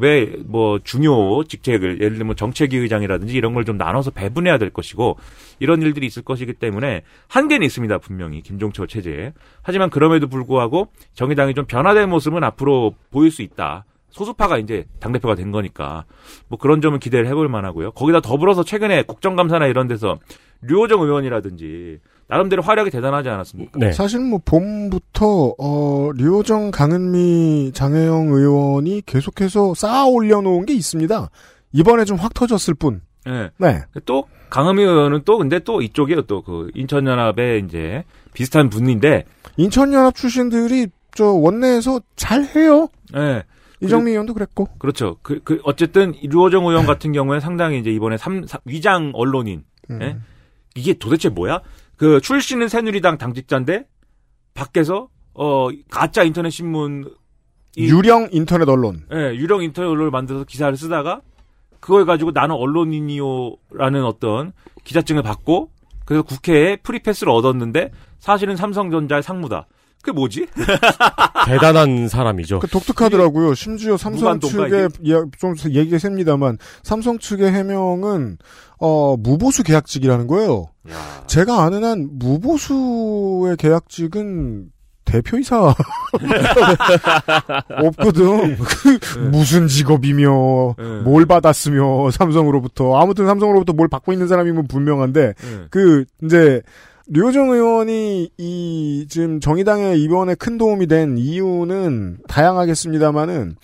뭐 중요 직책을 예를 들면 뭐 정책위 의장이라든지 이런 걸 좀 나눠서 배분해야 될 것이고 이런 일들이 있을 것이기 때문에 한계는 있습니다 분명히 김종철 체제에 하지만 그럼에도 불구하고 정의당이 좀 변화된 모습은 앞으로 보일 수 있다. 소수파가 이제 당대표가 된 거니까 뭐 그런 점은 기대를 해볼 만하고요. 거기다 더불어서 최근에 국정감사나 이런 데서 류호정 의원이라든지 나름대로 활약이 대단하지 않았습니까?
네.
사실 뭐 봄부터 어, 류호정, 강은미, 장혜영 의원이 계속해서 쌓아 올려놓은 게 있습니다. 이번에 좀 확 터졌을 뿐.
예.
네.
또 강음이 의원은 또 근데 또 이쪽이에요 또 그 인천연합의 이제 비슷한 분인데
인천연합 출신들이 저 원내에서 잘 해요.
예.
이정미 의원도 그랬고.
그렇죠. 그, 그, 어쨌든, 류호정 의원 같은 경우에 상당히 이제 이번에 삼, 삼- 위장 언론인.
네?
예?
음.
이게 도대체 뭐야? 그, 출신은 새누리당 당직자인데, 밖에서, 어, 가짜 인터넷 신문, 이-
유령 인터넷 언론.
예, 유령 인터넷 언론을 만들어서 기사를 쓰다가, 그걸 가지고 나는 언론인이요라는 어떤 기자증을 받고, 그래서 국회에 프리패스를 얻었는데, 사실은 삼성전자의 상무다. 그게 뭐지?
대단한 사람이죠.
그 독특하더라고요. 심지어 삼성
무관동가,
측의 예, 좀 얘기가 셉니다만 삼성 측의 해명은 어, 무보수 계약직이라는 거예요. 제가 아는 한 무보수의 계약직은
[laughs]
대표이사 [laughs] 없거든. 그 무슨 직업이며
네.
뭘 받았으며 [laughs] 삼성으로부터 아무튼 삼성으로부터 뭘 받고 있는 사람이면 분명한데
네.
그 이제 류호정 의원이 이 지금 정의당의 이번에 큰 도움이 된 이유는 다양하겠습니다만은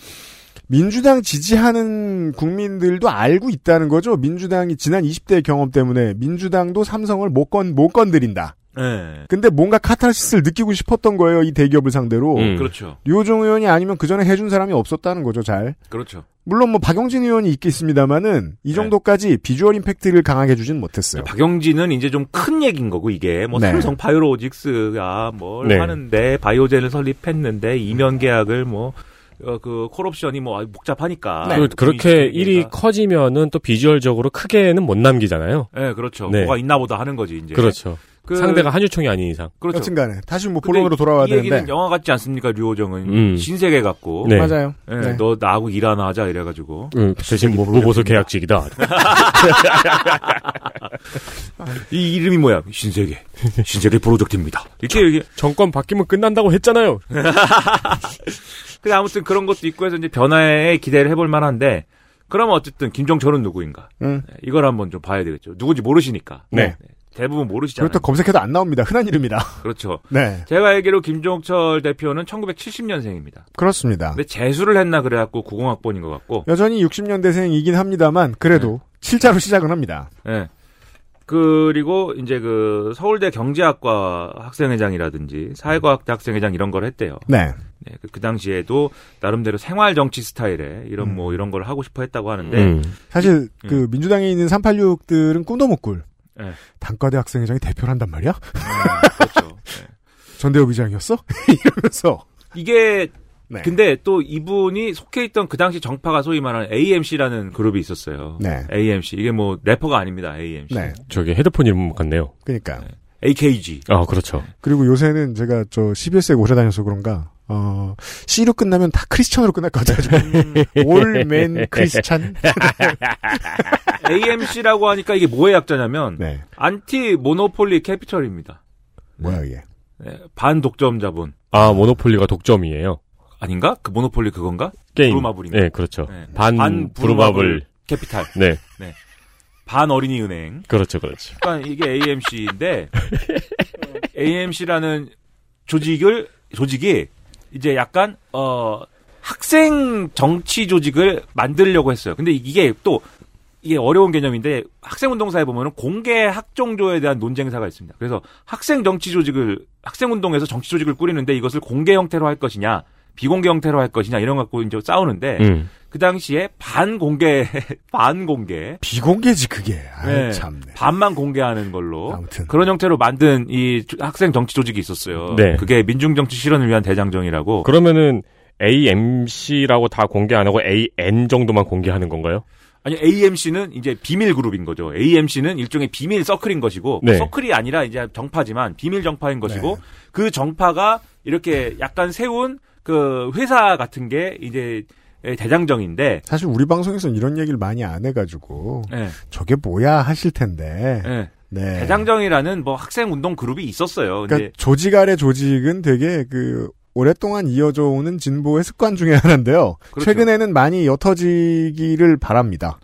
민주당 지지하는 국민들도 알고 있다는 거죠. 민주당이 지난 20대 경험 때문에 민주당도 삼성을 못 건 못 건드린다.
예.
근데 뭔가 카타르시스를 느끼고 싶었던 거예요. 이 대기업을 상대로.
음.
그렇죠.
류호정 의원이 아니면 그 전에 해준 사람이 없었다는 거죠. 잘.
그렇죠.
물론 뭐 박영진 의원이 있겠습니다만은
네.
이 정도까지 비주얼 임팩트를 강하게 해주진 못했어요.
박영진은 이제 좀 큰 얘기인 거고 이게 뭐
네.
삼성 바이오로직스가 뭘
네.
하는데 바이오젠을 설립했는데 이면 계약을 뭐 그 콜옵션이 뭐 아주 복잡하니까
그, 그렇게 일이 커지면은 또 비주얼적으로 크게는 못 남기잖아요.
예, 네, 그렇죠.
네.
뭐가 있나 보다 하는 거지 이제.
그렇죠.
그-
상대가 한유총이 아닌 이상.
그렇죠.
여튼간에 다시 뭐
근데
본론으로 돌아와야
이 얘기는
되는데
영화 같지 않습니까? 류호정은
음.
신세계 같고.
네.
맞아요.
예,
네.
너 나하고 일 하나 하자 이래 가지고.
음, 대신 뭐 무보수 계약직이다.
이 이름이 뭐야? 신세계. 신세계 프로젝트입니다. 이렇게 얘기
[laughs] 정권 바뀌면 끝난다고 했잖아요.
근데 아무튼 그런 것도 있고 해서 이제 변화에 기대를 해볼 만한데 그러면 어쨌든 김종철은 누구인가
음.
네, 이걸 한번 좀 봐야 되겠죠 누군지 모르시니까
네.
대부분 모르시잖아요
그렇다 검색해도 안 나옵니다. 흔한
[laughs]
이름이라.
그렇죠
네,
제가 알기로 김종철 대표는 1970년생입니다
그렇습니다.
근데 재수를 했나 그래갖고 90학번인 것 같고
여전히 60년대생이긴 합니다만 그래도
네.
실자로 시작은 합니다.
예. 그리고 이제 그 서울대 경제학과 학생회장이라든지 사회과학대 학생회장 이런 걸 했대요
네,
네, 그- 그 당시에도 나름대로 생활 정치 스타일의
음.
이런 뭐 이런 걸 하고 싶어 했다고 하는데
음.
사실 그 민주당에 있는 386들은 꿈도 못 꿀.
네.
단과대 학생회장이 대표를 한단 말이야?
그렇죠 네.
전대협 의장이었어? [laughs] 이러면서
이게
네.
근데 또 이분이 속해 있던 그 당시 정파가 소위 말하는 AMC라는 그룹이 있었어요.
네.
AMC 이게 뭐 래퍼가 아닙니다. AMC.
네,
저게 헤드폰 이름 같네요.
그러니까 [laughs]
AKG.
아, 그렇죠.
그리고 요새는 제가 저 CBS에 오래 다녀서 그런가 어 C로 끝나면 다 크리스천으로 끝날 것 같아요.
음.
[laughs] 올맨
[laughs]
크리스찬.
AMC라고 하니까 이게 뭐의 약자냐면
네,
안티 모노폴리 캐피털입니다.
뭐야 이게?
네, 반독점 자본
아, 모노폴리가 독점이에요.
아닌가? 그 모노폴리 그건가?
게임.
부루마블인가?
네, 그렇죠.
네.
반, 부루마블.
캐피탈.
네,
반 어린이 은행.
그렇죠, 그렇죠.
그러니까 이게 AMC인데 AMC라는 조직을 조직이 이제 약간 어 학생 정치 조직을 만들려고 했어요. 근데 이게 또 이게 어려운 개념인데 학생 운동사에 보면은 공개 학종조에 대한 논쟁사가 있습니다. 그래서 학생 정치 조직을 학생 운동에서 정치 조직을 꾸리는데 이것을 공개 형태로 할 것이냐 비공개 형태로 할 것이냐 이런 거 갖고 이제 싸우는데
음.
그 당시에 반공개 [laughs] 반공개
비공개지 그게. 아이,
네,
참.
반만 공개하는 걸로 그런 형태로 만든 이 조- 학생 정치 조직이 있었어요.
네.
그게 민중 정치 실현을 위한 대장정이라고.
그러면은 AMC라고 다 공개 안 하고 AN 정도만 공개하는 건가요?
아니 AMC는 이제 비밀 그룹인 거죠. AMC는 일종의 비밀 서클인 것이고
네.
서클이 아니라 이제 정파지만 비밀 정파인 것이고 그 정파가 이렇게 약간 세운 그 회사 같은 게 이제 대장정인데
사실 우리 방송에서는 이런 얘기를 많이 안 해가지고
네.
저게 뭐야 하실 텐데.
네.
네.
대장정이라는 뭐 학생 운동 그룹이 있었어요.
그러니까
근데
조직 아래 조직은 되게 그 오랫동안 이어져 오는 진보의 습관 중에 하나인데요.
그렇죠.
최근에는 많이 옅어지기를 바랍니다.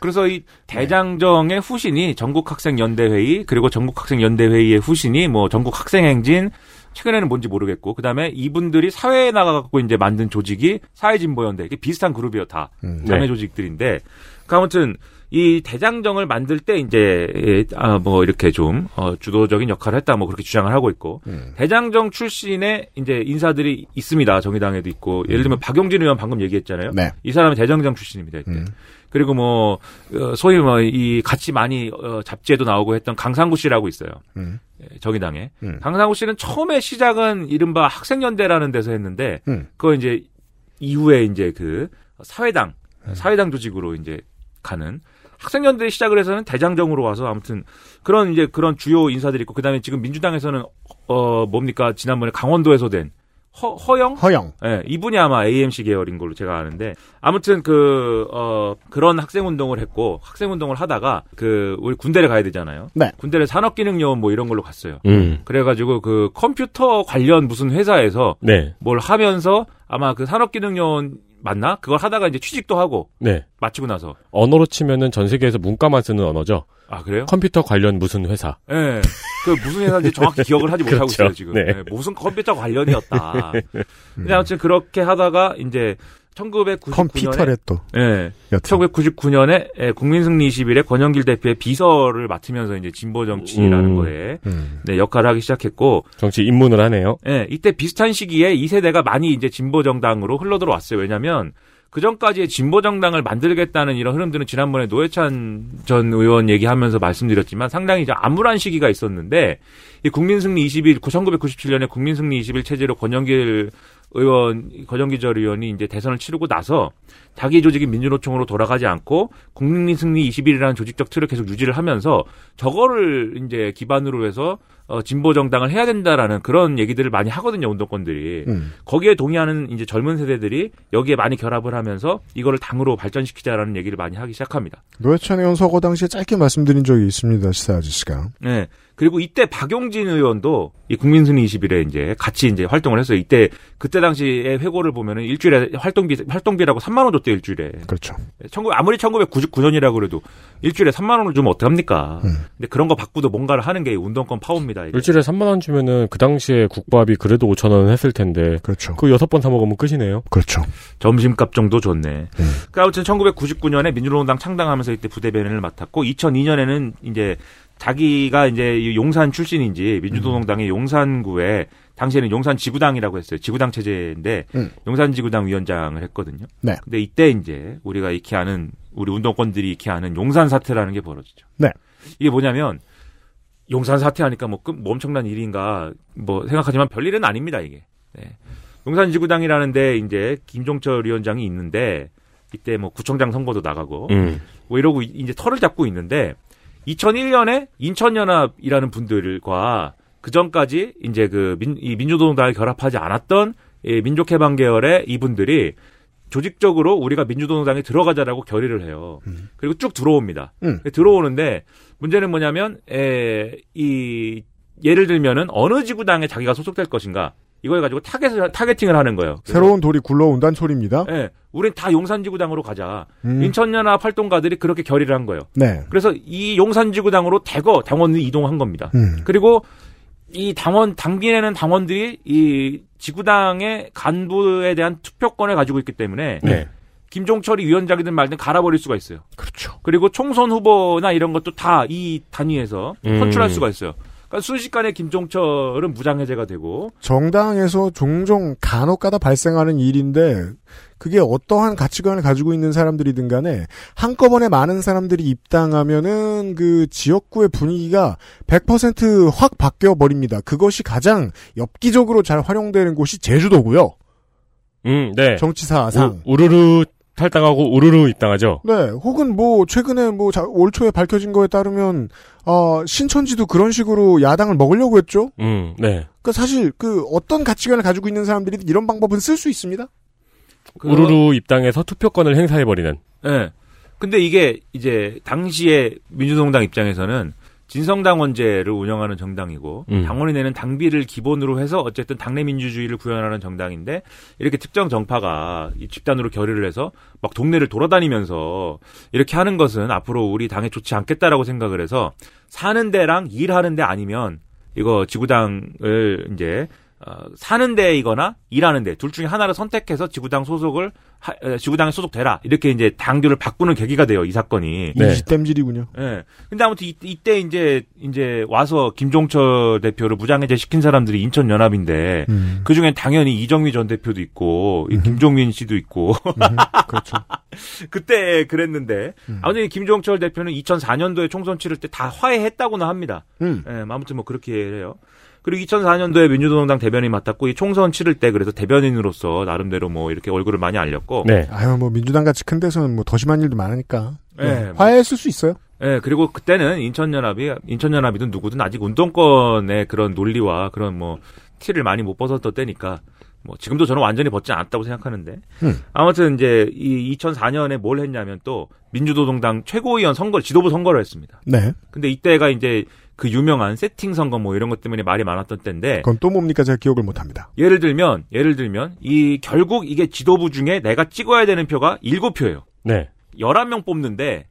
그래서 이 대장정의 후신이 전국학생연대회의 그리고 전국학생연대회의의 후신이 뭐 전국학생행진 최근에는 뭔지 모르겠고 그다음에 이분들이 사회에 나가갖고 이제 만든 조직이 사회진보연대 이게 비슷한 그룹이요 다 자매
네.
조직들인데 그 아무튼 이 대장정을 만들 때 이제 아 뭐 이렇게 좀 어, 주도적인 역할을 했다 뭐 그렇게 주장을 하고 있고 대장정 출신의 이제 인사들이 있습니다 정의당에도 있고 예를 들면 박용진 의원 방금 얘기했잖아요
네.
이 사람은 대장정 출신입니다 이때
음.
그리고 뭐 어, 소위 뭐 이 같이 많이 어, 잡지에도 나오고 했던 강상구 씨라고 있어요
음.
예, 정의당에
음.
강상구 씨는 처음에 시작은 이른바 학생연대라는 데서 했는데
음.
그거 이제 이후에 이제 그 사회당
음.
사회당 조직으로 이제 가는 학생연대 시작을 해서는 대장정으로 와서 아무튼 그런 이제 그런 주요 인사들이 있고 그다음에 지금 민주당에서는 어 뭡니까 지난번에 강원도에서 된 허, 허영
허영.
예, 이분이 아마 AMC 계열인 걸로 제가 아는데 아무튼 그 어, 그런 학생 운동을 했고 학생 운동을 하다가 그 우리 군대를 가야 되잖아요.
네.
군대를 산업기능요원 뭐 이런 걸로 갔어요.
음.
그래가지고 그 컴퓨터 관련 무슨 회사에서
네.
뭘 하면서 아마 그 산업기능요원 맞나 그걸 하다가 이제 취직도 하고
네.
마치고 나서
언어로 치면은 전 세계에서 문과만 쓰는 언어죠.
아 그래요?
컴퓨터 관련 무슨 회사.
예. 그 무슨 회사인지 정확히 기억을 하지 못하고
그렇죠.
있어요 지금.
네.
예, 무슨 컴퓨터 관련이었다. 근데 아무튼 그렇게 하다가 이제 1999년에
컴퓨터래 또.
예.
여튼.
1999년에 예, 국민승리 21에 권영길 대표의 비서를 맡으면서 이제 진보 정치라는
음.
거에 네, 역할을 하기 시작했고
정치 입문을 하네요.
예, 이때 비슷한 시기에 2세대가 많이 이제 진보 정당으로 흘러 들어왔어요. 왜냐면 그 전까지의 진보 정당을 만들겠다는 이런 흐름들은 지난번에 노회찬 전 의원 얘기하면서 말씀드렸지만 상당히 이제 암울한 시기가 있었는데 이 국민승리 21 1997년에 국민승리 21 체제로 권영길 의원 권영길 전 의원이 이제 대선을 치르고 나서 자기 조직인 민주노총으로 돌아가지 않고 국민승리 21이라는 조직적 틀을 계속 유지를 하면서 저거를 이제 기반으로 해서 어, 진보 정당을 해야 된다라는 그런 얘기들을 많이 하거든요 운동권들이
음.
거기에 동의하는 이제 젊은 세대들이 여기에 많이 결합을 하면서 이거를 당으로 발전시키자라는 얘기를 많이 하기 시작합니다.
노회찬 의원 서거 당시에 짧게 말씀드린 적이 있습니다. 시사 아저씨가.
네. 그리고 이때 박용진 의원도 이 국민순위 20일에 이제 같이 이제 활동을 했어요. 이때 그때 당시에 회고를 보면은 일주일에 활동비 활동비라고 3만 원 줬대요, 일주일에.
그렇죠.
19, 아무리 1999년이라고 그래도 일주일에 3만 원을 주면 어떡합니까? 근데 그런 거 받고도 뭔가를 하는 게 운동권 파워입니다. 이게.
일주일에 3만 원 주면은 그 당시에 국밥이 그래도 5천 원 했을 텐데
그렇죠.
그 여섯 번 사 먹으면 끝이네요.
그렇죠.
점심값 정도 줬네. 그 아무튼 1999년에 민주노동당 창당하면서 이때 부대변인을 맡았고 2002년에는 이제 자기가 이제 이 용산 출신인지 민주노동당의 용산구에 당시에는 용산 지구당이라고 했어요. 지구당 체제인데
음.
용산 지구당 위원장을 했거든요.
네.
근데 이때 이제 우리가 익히 아는 우리 운동권들이 익히 아는 용산 사태라는 게 벌어지죠.
네.
이게 뭐냐면 용산 사퇴하니까 뭐, 끔- 뭐 엄청난 일인가 뭐 생각하지만 별일은 아닙니다 이게. 네. 용산지구당이라는데 이제 김종철 위원장이 있는데 이때 뭐 구청장 선거도 나가고
음.
뭐 이러고 이- 이제 털을 잡고 있는데 2001년에 인천연합이라는 분들과 그 전까지 이제 그 민, 이 민주노동당을 결합하지 않았던 이 민족해방계열의 이분들이 조직적으로 우리가 민주노동당에 들어가자라고 결의를 해요. 그리고 쭉 들어옵니다.
음.
들어오는데 문제는 뭐냐면 에, 이 예를 들면은 어느 지구당에 자기가 소속될 것인가 이걸 가지고 타겟을 타겟팅을 하는 거예요. 그래서,
새로운 돌이 굴러온다는 소리입니다.
예, 우린 다 용산지구당으로 가자.
음.
인천연합 활동가들이 그렇게 결의를 한 거예요.
네.
그래서 이 용산지구당으로 대거 당원을 이동한 겁니다.
음.
그리고 이 당원 당기에는 당원들이 이 지구당의 간부에 대한 투표권을 가지고 있기 때문에
네.
김종철이 위원장이든 말든 갈아버릴 수가 있어요.
그렇죠.
그리고 총선 후보나 이런 것도 다 이 단위에서
음.
선출할 수가 있어요. 그러니까 순식간에 김종철은 무장해제가 되고
정당에서 종종 간혹가다 발생하는 일인데 그게 어떠한 가치관을 가지고 있는 사람들이든 간에 한꺼번에 많은 사람들이 입당하면은 그 지역구의 분위기가 100%확 바뀌어 버립니다. 그것이 가장 엽기적으로 잘 활용되는 곳이 제주도고요.
음, 네.
정치사상
우, 우르르 탈당하고 우르르 입당하죠.
네, 혹은 뭐 최근에 뭐 올 초에 밝혀진 거에 따르면 어, 신천지도 그런 식으로 야당을 먹으려고 했죠.
음, 네.
그러니까 사실 그 어떤 가치관을 가지고 있는 사람들이 이런 방법은 쓸 수 있습니다.
그... 우르르 입당해서 투표권을 행사해 버리는.
네. 근데 이게 이제 당시에 민주노동당 입장에서는 진성당원제를 운영하는 정당이고 음. 당원이 내는 당비를 기본으로 해서 어쨌든 당내 민주주의를 구현하는 정당인데 이렇게 특정 정파가 이 집단으로 결의를 해서 막 동네를 돌아다니면서 이렇게 하는 것은 앞으로 우리 당에 좋지 않겠다라고 생각을 해서 사는 데랑 일하는 데 아니면 이거 지구당을 이제 어, 사는 데이거나 일하는 데 둘 중에 하나를 선택해서 지구당 소속을 하, 에, 지구당에 소속되라 이렇게 이제 당규를 바꾸는 계기가 돼요 이 사건이
네. 이지땜질이군요.
예. 네. 근데 아무튼 이, 때 이제 이제 와서 김종철 대표를 무장해제 시킨 사람들이 인천 연합인데 음. 그 중에 당연히 이정미 전 대표도 있고 음. 김종민 씨도 있고 [laughs] 음.
그렇죠.
그때 그랬는데 아무튼 김종철 대표는 2004년도에 총선 치를 때 다 화해했다고는 합니다. 음. 예, 아무튼 뭐 그렇게 해요. 그리고 2004년도에 민주노동당 대변인 맡았고 이 총선 치를 때 그래서 대변인으로서 나름대로 뭐 이렇게 얼굴을 많이 알렸고
네.
아유 뭐 민주당 같이 큰 데서는 뭐더 심한 일도 많으니까 네. 네. 화해했을 수 있어요.
네, 그리고 그때는 인천연합이 인천연합이든 누구든 아직 운동권의 그런 논리와 그런 뭐 티를 많이 못 벗었던 때니까 뭐 지금도 저는 완전히 벗지 않았다고 생각하는데 음. 아무튼 이제 이 2004년에 뭘 했냐면 또 민주노동당 최고위원 선거 지도부 선거를 했습니다.
네.
근데 이때가 이제 그 유명한 세팅 선거 뭐 이런 것 때문에 말이 많았던 때인데
그건 또 뭡니까 제가 기억을 못합니다.
예를 들면 예를 들면 이 결국 이게 지도부 중에 내가 찍어야 되는 표가 7표예요.
네.
11명 뽑는데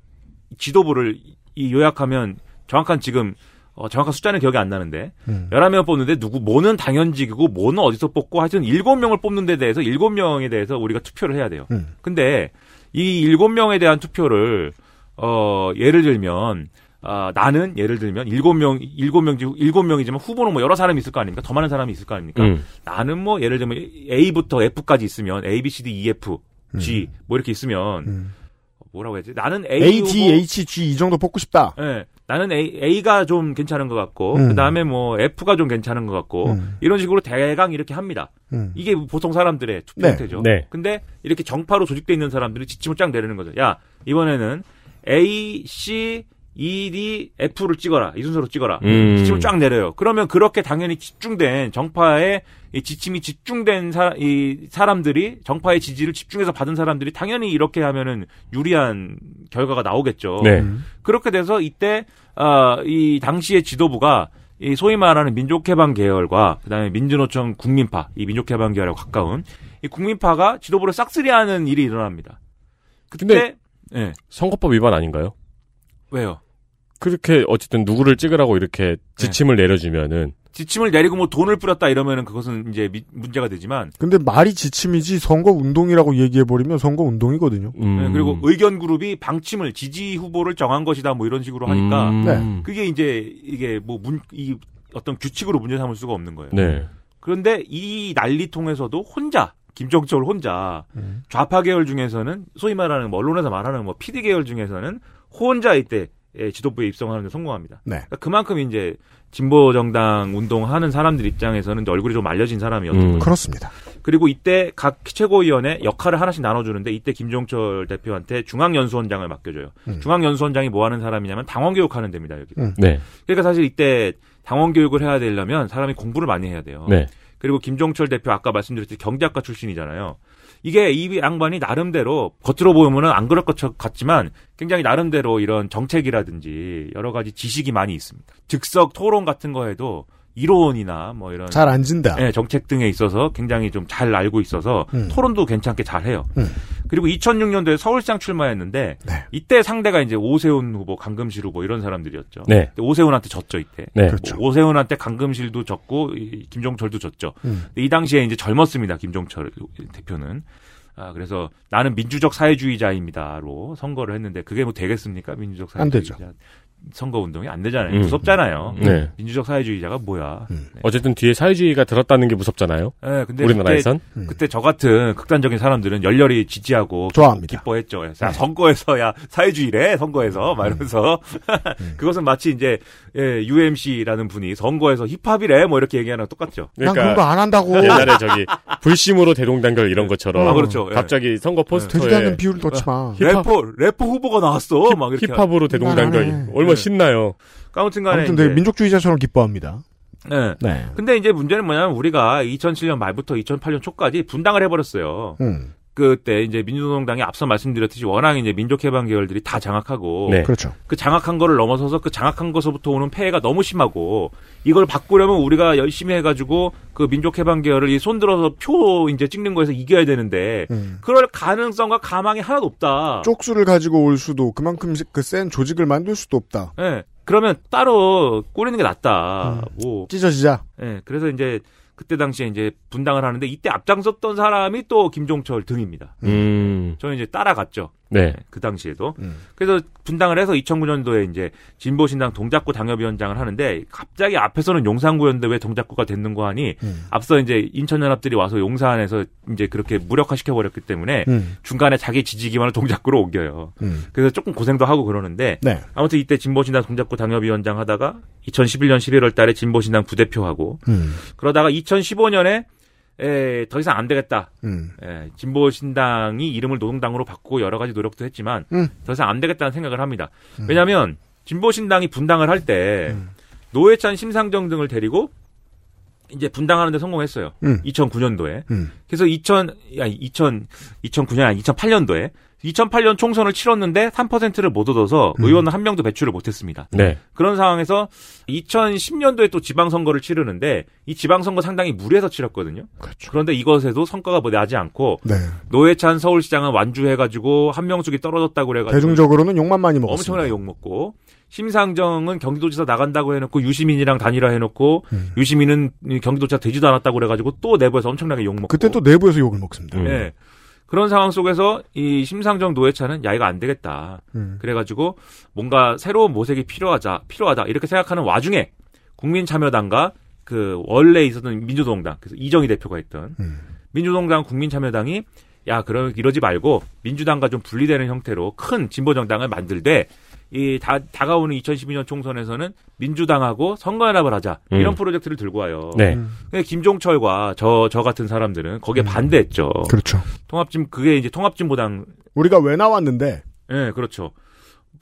지도부를 이 요약하면 정확한 지금 어, 정확한 숫자는 기억이 안 나는데 음. 11명 뽑는데 누구 뭐는 당연직이고 뭐는 어디서 뽑고 하여튼 7명을 뽑는 데 대해서 7명에 대해서 우리가 투표를 해야 돼요. 음. 근데 이 7명에 대한 투표를 어 예를 들면 아, 나는 예를 들면 일곱 명 일곱 명 일곱 명이지만 후보는 뭐 여러 사람이 있을 거 아닙니까? 더 많은 사람이 있을 거 아닙니까? 음. 나는 뭐 예를 들면 A부터 F까지 있으면 A, B, C, D, E, F, G 음. 뭐 이렇게 있으면 음. 뭐라고 해야지? 나는 A,
A D, H, G 이 정도 뽑고 싶다.
예. 네, 나는 A, A가 좀 괜찮은 것 같고 그 다음에 뭐 F가 좀 괜찮은 것 같고
음.
이런 식으로 대강 이렇게 합니다. 이게 보통 사람들의 투표 형태죠.
네. 네.
근데 이렇게 정파로 조직돼 있는 사람들이 지침을 쫙 내리는 거죠. 야 이번에는 A, C E, D, F를 찍어라. 이 순서로 찍어라. 음. 지침을 쫙 내려요. 그러면 그렇게 당연히 집중된 정파의 이 지침이 집중된 사, 이 사람들이 정파의 지지를 집중해서 받은 사람들이 당연히 이렇게 하면은 유리한 결과가 나오겠죠.
네.
그렇게 돼서 이때 아, 이 당시의 지도부가 이 소위 말하는 민족해방 계열과 그다음에 민주노총 국민파, 이 민족해방 계열에 가까운 이 국민파가 지도부를 싹쓸이하는 일이 일어납니다.
그때 네. 선거법 위반 아닌가요?
왜요?
그렇게 어쨌든 누구를 찍으라고 이렇게 지침을 네. 내려주면은
지침을 내리고 뭐 돈을 뿌렸다 이러면은 그것은 이제 미, 문제가 되지만
근데 말이 지침이지 선거 운동이라고 얘기해 버리면 선거 운동이거든요.
음. 네, 그리고 의견 그룹이 방침을 지지 후보를 정한 것이다 뭐 이런 식으로 하니까 음. 네. 그게 이제 이게 뭐 문 이 어떤 규칙으로 문제 삼을 수가 없는 거예요.
네.
그런데 이 난리통에서도 혼자 김정철 혼자 음. 좌파 계열 중에서는 소위 말하는 뭐 언론에서 말하는 뭐 PD 계열 중에서는 혼자 이때 예, 지도부에 입성하는데 성공합니다.
네.
그러니까 그만큼 이제 진보 정당 운동하는 사람들 입장에서는 얼굴이 좀 알려진 사람이었던 음. 거예요.
그렇습니다.
그리고 이때 각 최고위원회 역할을 하나씩 나눠주는데 이때 김종철 대표한테 중앙연수원장을 맡겨줘요. 음. 중앙연수원장이 뭐 하는 사람이냐면 당원 교육하는 데입니다. 여기.
음. 네.
그러니까 사실 이때 당원 교육을 해야 되려면 사람이 공부를 많이 해야 돼요.
네.
그리고 김종철 대표 아까 말씀드렸듯이 경제학과 출신이잖아요. 이게 이 양반이 나름대로 겉으로 보면은 안 그럴 것 같지만 굉장히 나름대로 이런 정책이라든지 여러 가지 지식이 많이 있습니다. 즉석 토론 같은 거에도 이론이나 뭐 이런
잘 안진다.
네, 정책 등에 있어서 굉장히 좀 잘 알고 있어서 음. 토론도 괜찮게 잘 해요. 음. 그리고 2006년도에 서울시장 출마했는데 네. 이때 상대가 이제 오세훈 후보, 강금실 후보 이런 사람들이었죠.
네.
오세훈한테 졌죠 이때.
네.
그렇죠.
오세훈한테 강금실도 졌고 김종철도 졌죠. 음. 이 당시에 이제 젊었습니다 김종철 대표는. 아, 그래서 나는 민주적 사회주의자입니다로 선거를 했는데 그게 뭐 되겠습니까? 민주적 사회주의자.
안 되죠.
선거 운동이 안 되잖아요. 무섭잖아요.
음. 네.
민주적 사회주의자가 뭐야?
어쨌든 뒤에 사회주의가 들었다는 게 무섭잖아요.
네, 근데
우리나라에선
그때,
음.
그때 저 같은 극단적인 사람들은 열렬히 지지하고
좋아합니다.
기뻐했죠.
네.
야, 선거에서 야 사회주의래
음.
선거에서 막 이러면서 [laughs] 그것은 마치 이제 예, UMC라는 분이 선거에서 힙합이래 뭐 이렇게 얘기하는 거 똑같죠.
난
그러니까
그런 거 안 한다고.
옛날에 저기 불심으로 대동단결 이런 것처럼
아, 그렇죠. 예.
갑자기 선거
되지도 않는
포스터에
비율을 넣지 마.
래퍼 래퍼 후보가 나왔어 막 이렇게
힙합으로
난 안
대동단결
해.
얼마 나 신나요.
아무튼간에
아무튼 되게
이제-
민족주의자처럼 기뻐합니다.
예.
네.
근데 이제 문제는 뭐냐면 우리가 2007년 말부터 2008년 초까지 분당을 해버렸어요.
음.
그때 이제 민주노동당이 앞서 말씀드렸듯이 워낙 이제 민족해방 계열들이 다 장악하고
네.
그렇죠.
그 장악한 거를 넘어서서 그 장악한 것서부터 오는 폐해가 너무 심하고 이걸 바꾸려면 우리가 열심히 해가지고 그 민족해방 계열을 이 손들어서 표 이제 찍는 거에서 이겨야 되는데
음.
그럴 가능성과 가망이 하나도 없다.
쪽수를 가지고 올 수도 그만큼 그 센 조직을 만들 수도 없다.
예. 그러면 따로 꼬리는 게 낫다.
음.
뭐
찢어지자.
예, 그래서 이제 그때 당시에 이제 분당을 하는데 이때 앞장섰던 사람이 또 김종철 등입니다.
음,
저는 이제 따라갔죠.
네.
예, 그 당시에도.
음.
그래서 분당을 해서 2009년도에 이제 진보신당 동작구 당협위원장을 하는데 갑자기 앞에서는 용산구였는데 왜 동작구가 됐는거 하니
음.
앞서 이제 인천연합들이 와서 용산에서 이제 그렇게 무력화시켜버렸기 때문에
음.
중간에 자기 지지기만을 동작구로 옮겨요.
음.
그래서 조금 고생도 하고 그러는데
네.
아무튼 이때 진보신당 동작구 당협위원장 하다가 2011년 11월 달에 진보신당 부대표하고
음.
그러다가 2015년에 에, 더 이상 안 되겠다.
음.
에, 진보신당이 이름을 노동당으로 바꾸고 여러 가지 노력도 했지만
음.
더 이상 안 되겠다는 생각을 합니다. 왜냐하면 진보신당이 분당을 할 때
음.
노회찬, 심상정 등을 데리고 이제 분당하는데 성공했어요.
음.
2009년도에.
음.
그래서 2000, 아니, 2000, 2009년, 아니, 2008년도에 2008년 총선을 치렀는데 3%를 못 얻어서
음.
의원은 한 명도 배출을 못했습니다.
네.
그런 상황에서 2010년도에 또 지방선거를 치르는데 이 지방선거 상당히 무리해서 치렀거든요.
그렇죠.
그런데 이것에도 성과가 뭐 나지 않고
네.
노회찬 서울시장은 완주해가지고 한명숙이 떨어졌다고 그래가지고
대중적으로는 욕만 많이 먹었습니다.
엄청나게 욕먹고 심상정은 경기도지사 나간다고 해놓고 유시민이랑 단일화 해놓고
음.
유시민은 경기도지사 되지도 않았다고 그래가지고 또 내부에서 엄청나게 욕먹고
그때 또 내부에서 욕을 먹습니다.
음.
예. 그런 상황 속에서 이 심상정 노회찬은 야 이거 안 되겠다.
음.
그래가지고 뭔가 새로운 모색이 필요하자 필요하다 이렇게 생각하는 와중에 국민참여당과 그 원래 있었던 민주노동당 그래서 이정희 대표가 있던
음.
민주노동당 국민참여당이 야 그럼 이러지 말고 민주당과 좀 분리되는 형태로 큰 진보정당을 만들되 이 다, 다가오는 2012년 총선에서는 민주당하고 선거연합을 하자 이런
음.
프로젝트를 들고 와요.
네.
근데 김종철과 저 저 같은 사람들은 거기에 반대했죠.
음. 그렇죠.
통합진 그게 이제 통합진보당
우리가 왜 나왔는데
예 그렇죠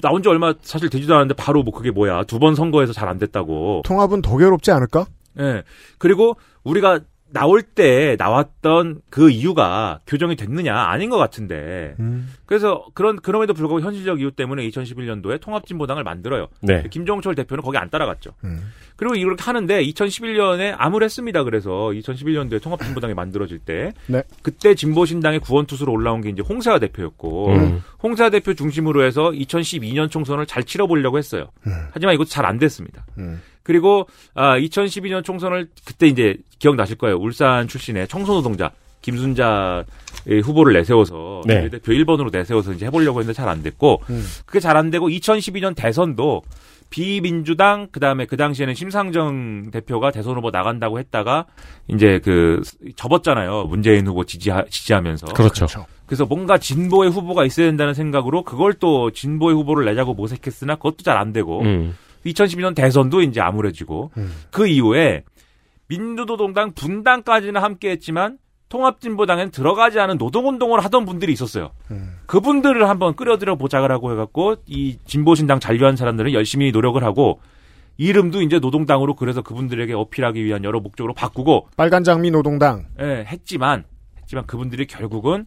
나온 지 얼마 사실 되지도 않았는데 바로 뭐 그게 뭐야 두 번 선거에서 잘 안 됐다고
통합은 더 괴롭지 않을까?
예 그리고 우리가 나올 때 나왔던 그 이유가 교정이 됐느냐 아닌 것 같은데
음.
그래서 그런 그럼에도 불구하고 현실적 이유 때문에 2011년도에 통합진보당을 만들어요
네.
김종철 대표는 거기 안 따라갔죠
음.
그리고 이렇게 하는데 2011년에 암을 했습니다 그래서 2011년도에 통합진보당이 만들어질 때
네.
그때 진보신당의 구원투수로 올라온 게 이제 홍세화 대표였고
음.
홍사 대표 중심으로 해서 2012년 총선을 잘 치러보려고 했어요.
네.
하지만 이것도 잘 안 됐습니다.
음.
그리고 아, 2012년 총선을 그때 이제 기억나실 거예요. 울산 출신의 청소노동자 김순자 의 후보를 내세워서
네.
대표 1번으로 내세워서 이제 해보려고 했는데 잘 안 됐고
음.
그게 잘 안 되고 2012년 대선도 비민주당 그다음에 그 당시에는 심상정 대표가 대선 후보 나간다고 했다가 이제 그 접었잖아요 문재인 후보 지지하, 지지하면서
그렇죠.
그래서 뭔가 진보의 후보가 있어야 된다는 생각으로 그걸 또 진보의 후보를 내자고 모색했으나 그것도 잘 안 되고
음.
2012년 대선도 이제 암울해지고 그 이후에 민주노동당 분당까지는 함께했지만 통합진보당엔 들어가지 않은 노동운동을 하던 분들이 있었어요. 그분들을 한번 끌어들여 보자라고 해갖고 이 진보신당 잔류한 사람들은 열심히 노력을 하고 이름도 이제 노동당으로 그래서 그분들에게 어필하기 위한 여러 목적으로 바꾸고
빨간 장미 노동당.
예, 했지만 했지만 그분들이 결국은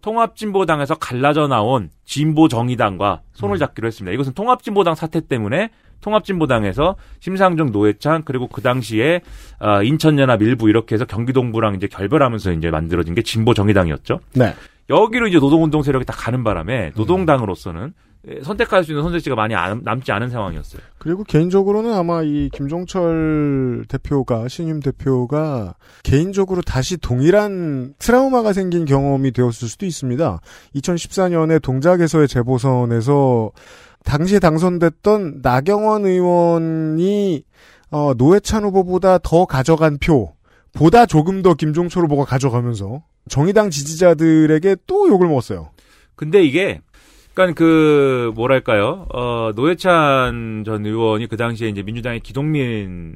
통합진보당에서 갈라져 나온 진보정의당과 손을 잡기로 했습니다. 이것은 통합진보당 사태 때문에 통합진보당에서 심상정 노회찬 그리고 그 당시에 아, 인천연합 일부 이렇게 해서 경기동부랑 이제 결별하면서 이제 만들어진 게 진보정의당이었죠.
네.
여기로 이제 노동운동 세력이 다 가는 바람에 노동당으로서는 예, 선택할 수 있는 선택지가 많이 안- 남지 않은 상황이었어요.
그리고 개인적으로는 아마 이 김종철 대표가 신임 대표가 개인적으로 다시 동일한 트라우마가 생긴 경험이 되었을 수도 있습니다. 2014년에 동작에서의 재보선에서 당시에 당선됐던 나경원 의원이 어, 노회찬 후보보다 더 가져간 표, 보다 조금 더 김종철 후보가 가져가면서 정의당 지지자들에게 또 욕을 먹었어요.
근데 이게 그러니까 그 뭐랄까요? 어, 노회찬 전 의원이 그 당시에 이제 민주당의 기동민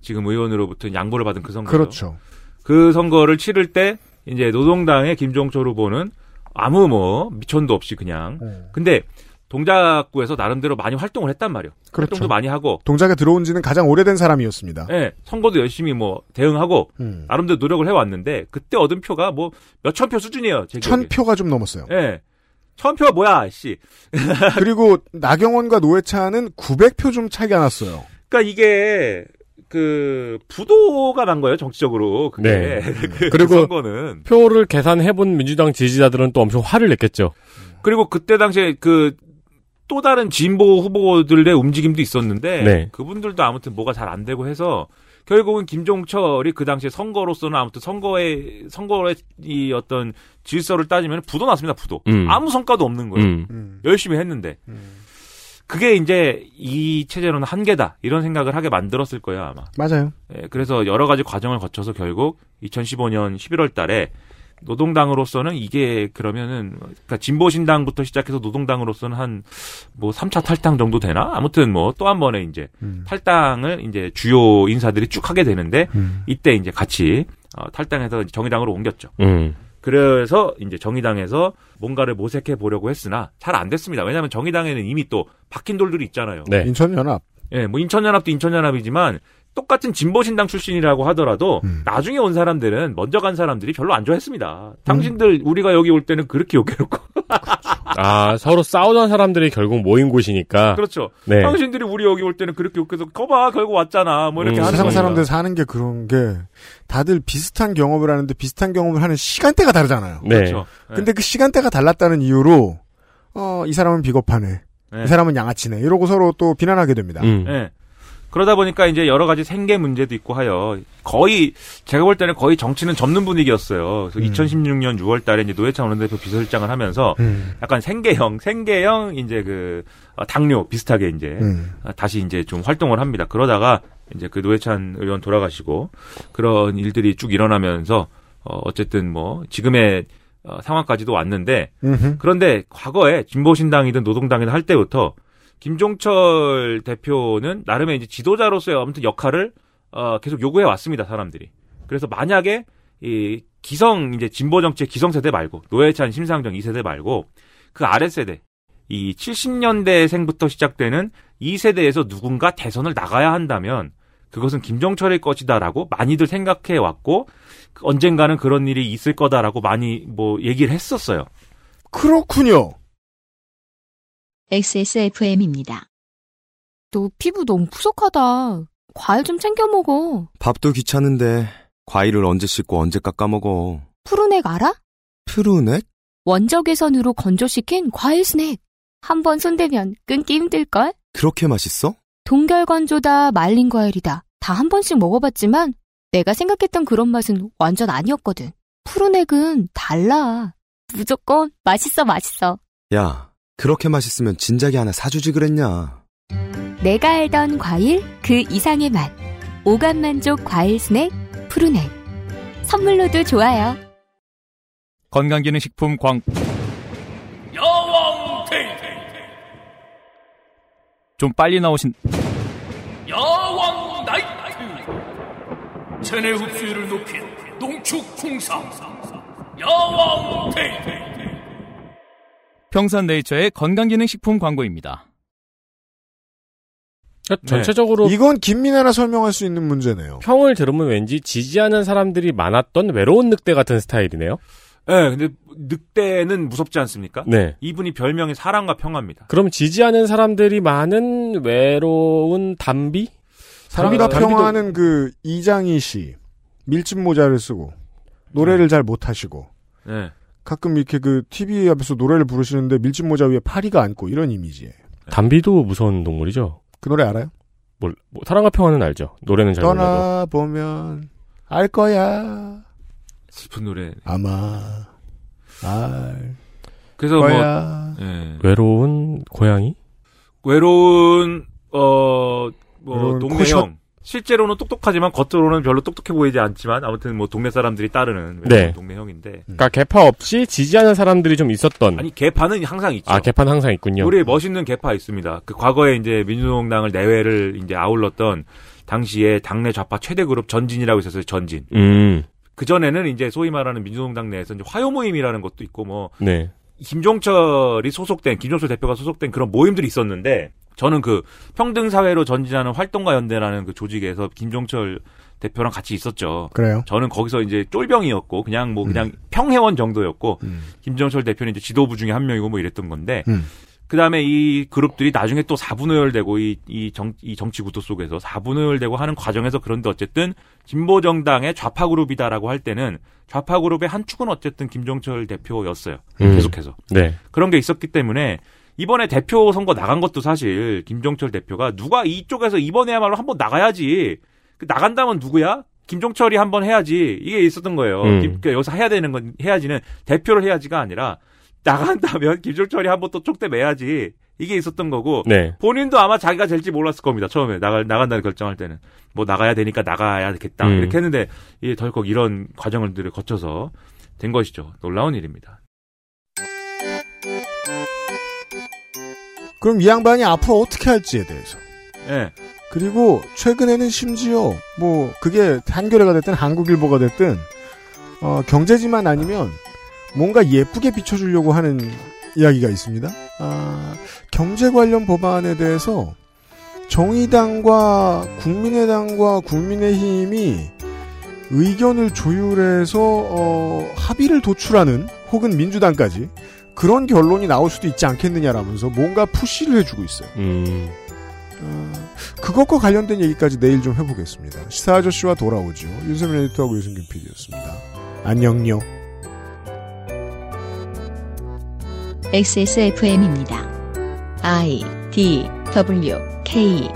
지금 의원으로부터 양보를 받은 그 선거.
그렇죠.
그 선거를 치를 때 이제 노동당의 김종철 후보는 아무 뭐 미천도 없이 그냥.
네.
근데 동작구에서 나름대로 많이 활동을 했단 말이요.
그렇죠.
활동도 많이 하고.
동작에 들어온 지는 가장 오래된 사람이었습니다.
예, 선거도 열심히 뭐 대응하고
음.
나름대로 노력을 해왔는데 그때 얻은 표가 뭐 몇천 표 수준이에요. 제 기억에.
천 표가 좀 넘었어요.
예. 천 표가 뭐야, 씨.
그리고 나경원과 노회찬은 900표 좀 차이가 났어요.
그러니까 이게 그 부도가 난 거예요 정치적으로 그게
네.
[laughs] 그
그리고
선거는
표를 계산해본 민주당 지지자들은 또 엄청 화를 냈겠죠.
그리고 그때 당시에 그 또 다른 진보 후보들의 움직임도 있었는데
네.
그분들도 아무튼 뭐가 잘 안 되고 해서 결국은 김종철이 그 당시에 선거로서는 아무튼 선거의 선거의 이 어떤 질서를 따지면 부도 났습니다 부도
음.
아무 성과도 없는 거예요
음.
열심히 했는데 그게 이제 이 체제로는 한계다 이런 생각을 하게 만들었을 거예요 아마
맞아요.
예, 그래서 여러 가지 과정을 거쳐서 결국 2015년 11월 달에 노동당으로서는 이게 그러면은 그러니까 진보신당부터 시작해서 노동당으로서는 한 뭐 3차 탈당 정도 되나? 아무튼 뭐 또 한 번에 이제 탈당을 이제 주요 인사들이 쭉 하게 되는데
음.
이때 이제 같이 어, 탈당해서 정의당으로 옮겼죠.
음.
그래서 이제 정의당에서 뭔가를 모색해 보려고 했으나 잘 안 됐습니다. 왜냐하면 정의당에는 이미 또 박힌 돌들이 있잖아요.
네.
인천연합.
예, 뭐 인천연합도 인천연합이지만 똑같은 진보신당 출신이라고 하더라도
음.
나중에 온 사람들은 먼저 간 사람들이 별로 안 좋아했습니다.
음.
당신들 우리가 여기 올 때는 그렇게 욕해놓고
아 서로 싸우던 사람들이 결국 모인
아.
곳이니까.
그렇죠.
네.
당신들이 우리 여기 올 때는 그렇게 욕해서 거봐 결국 왔잖아 뭐 이렇게
음,
하는
세상
겁니다.
사람들 사는 게 그런 게 다들 비슷한 경험을 하는데 비슷한 경험을 하는 시간대가 다르잖아요.
네.
그렇죠. 예,
근데 그 시간대가 달랐다는 이유로 어, 이 사람은 비겁하네.
네.
이 사람은 양아치네. 이러고 서로 또 비난하게 됩니다.
음.
예. 그러다 보니까 이제 여러 가지 생계 문제도 있고 하여 거의 제가 볼 때는 거의 정치는 접는 분위기였어요. 그래서 2016년 6월달에 이제 노회찬 원내대표 비서실장을 하면서
음.
약간 생계형 생계형 이제 그 어, 당뇨 비슷하게 이제
음.
아, 다시 이제 좀 활동을 합니다. 그러다가 이제 그 노회찬 의원 돌아가시고 그런 일들이 쭉 일어나면서 어, 어쨌든 뭐 지금의 어, 상황까지도 왔는데
음흠.
그런데 과거에 진보신당이든 노동당이든 할 때부터 김종철 대표는 나름의 이제 지도자로서의 아무튼 역할을 어, 계속 요구해 왔습니다 사람들이. 그래서 만약에 이 기성 이제 진보 정치의 기성 세대 말고 노회찬 심상정 이 세대 말고 그 아래 세대 이 70년대생부터 시작되는 이 세대에서 누군가 대선을 나가야 한다면 그것은 김정철의 것이다라고 많이들 생각해 왔고 그 언젠가는 그런 일이 있을 거다라고 많이 뭐 얘기를 했었어요.
그렇군요.
XSFM입니다.
너 피부 너무 푸석하다. 과일 좀 챙겨 먹어.
밥도 귀찮은데 과일을 언제 씻고 언제 깎아 먹어.
푸른액 알아?
푸르넥?
원적외선으로 건조시킨 과일 스낵. 한 번 손대면 끊기 힘들걸?
그렇게 맛있어?
동결 건조다, 말린 과일이다. 다 한 번씩 먹어봤지만 내가 생각했던 그런 맛은 완전 아니었거든. 푸른액은 달라. 무조건 맛있어, 맛있어.
야, 그렇게 맛있으면 진작에 하나 사주지 그랬냐.
내가 알던 과일 그 이상의 맛. 오감 만족 과일 스낵 푸른액. 선물로도 좋아요.
건강기능식품 광
여왕 테이테
좀 빨리 나오신
여왕 나이트 체내 흡수율을 높인 농축 콩상 여왕 테이테
평산네이처의 건강기능식품 광고입니다.
그러니까 전체적으로
네.
이건 김민아라 설명할 수 있는 문제네요.
평을 들으면 왠지 지지하는 사람들이 많았던 외로운 늑대 같은 스타일이네요.
예, 근데 늑대는 무섭지 않습니까?
네.
이분이 별명이 사랑과 평화입니다.
그럼 지지하는 사람들이 많은 외로운 담비?
담비다
담비도-
평화는 그 이장희 씨 밀짚 모자를 쓰고 노래를
네.
잘 못하시고
예.
가끔 이렇게 그 TV 앞에서 노래를 부르시는데 밀짚 모자 위에 파리가 앉고 이런 이미지예요.
담비도 무서운 동물이죠.
그 노래 알아요?
뭘, 뭐 사랑과 평화는 알죠. 노래는 잘 네, 몰라도.
떠나보면 알 거야
슬픈 노래.
아마 알
그래서 뭐
거야
예.
외로운 고양이?
외로운 어, 뭐
외로운
동네
코숏.
형 실제로는 똑똑하지만 겉으로는 별로 똑똑해 보이지 않지만 아무튼 뭐 동네 사람들이 따르는 외로운
네.
동네 형인데
음.
그러니까 개파 없이 지지하는 사람들이 좀 있었던.
아니 뭐- 개파는 항상 있죠.
아 개파는 항상 있군요.
우리 멋있는 개파 있습니다. 그 과거에 이제 민주당을 내외를 이제 아울렀던 당시에 당내 좌파 최대 그룹 전진이라고 있었어요. 전진.
음.
그 전에는 이제 소위 말하는 민주당 내에서 이제 화요 모임이라는 것도 있고 뭐
네.
김종철이 소속된 김종철 대표가 소속된 그런 모임들이 있었는데 저는 그 평등 사회로 전진하는 활동가 연대라는 그 조직에서 김종철 대표랑 같이 있었죠.
그래요? 음.
저는 거기서 이제 쫄병이었고 그냥 뭐 그냥 평회원 정도였고
음.
김종철 대표는 이제 지도부 중에 한 명이고 뭐 이랬던 건데
음.
그다음에 이 그룹들이 나중에 또 4분의열되고 이, 이, 정, 이 정치 구도 속에서 4분의열되고 하는 과정에서 그런데 어쨌든 진보 정당의 좌파 그룹이다라고 할 때는 좌파 그룹의 한 축은 어쨌든 김종철 대표였어요.
음.
계속해서.
네.
그런 게 있었기 때문에 이번에 대표 선거 나간 것도 사실 김종철 대표가 누가 이쪽에서 이번에야말로 한번 나가야지. 그 나간다면 누구야? 김종철이 한번 해야지. 이게 있었던 거예요.
음.
김- 그러니까 여기서 해야 되는 건 해야지는 대표를 해야지가 아니라 나간다면 [laughs] 김종철이 한번 또 쪽대 매야지. 이게 있었던 거고
네.
본인도 아마 자기가 될지 몰랐을 겁니다. 처음에 나갈 나간다는 결정할 때는 뭐 나가야 되니까 나가야겠다
음.
이렇게 했는데 이 덜컥 이런 과정들을 거쳐서 된 것이죠. 놀라운 일입니다.
그럼 이 양반이 앞으로 어떻게 할지에 대해서.
예.
그리고 최근에는 심지어 뭐 그게 한겨레가 됐든 한국일보가 됐든 어, 경제지만 아니면 뭔가 예쁘게 비춰주려고 하는 이야기가 있습니다. 아, 경제 관련 법안에 대해서 정의당과 국민의당과 국민의힘이 의견을 조율해서 어, 합의를 도출하는 혹은 민주당까지 그런 결론이 나올 수도 있지 않겠느냐라면서 뭔가 푸시를 해주고 있어요.
음.
어, 그것과 관련된 얘기까지 내일 좀 해보겠습니다. 시사 아저씨와 돌아오죠. 윤세민 에디터하고 유승균 PD였습니다. 안녕요.
XSFM입니다. I D W K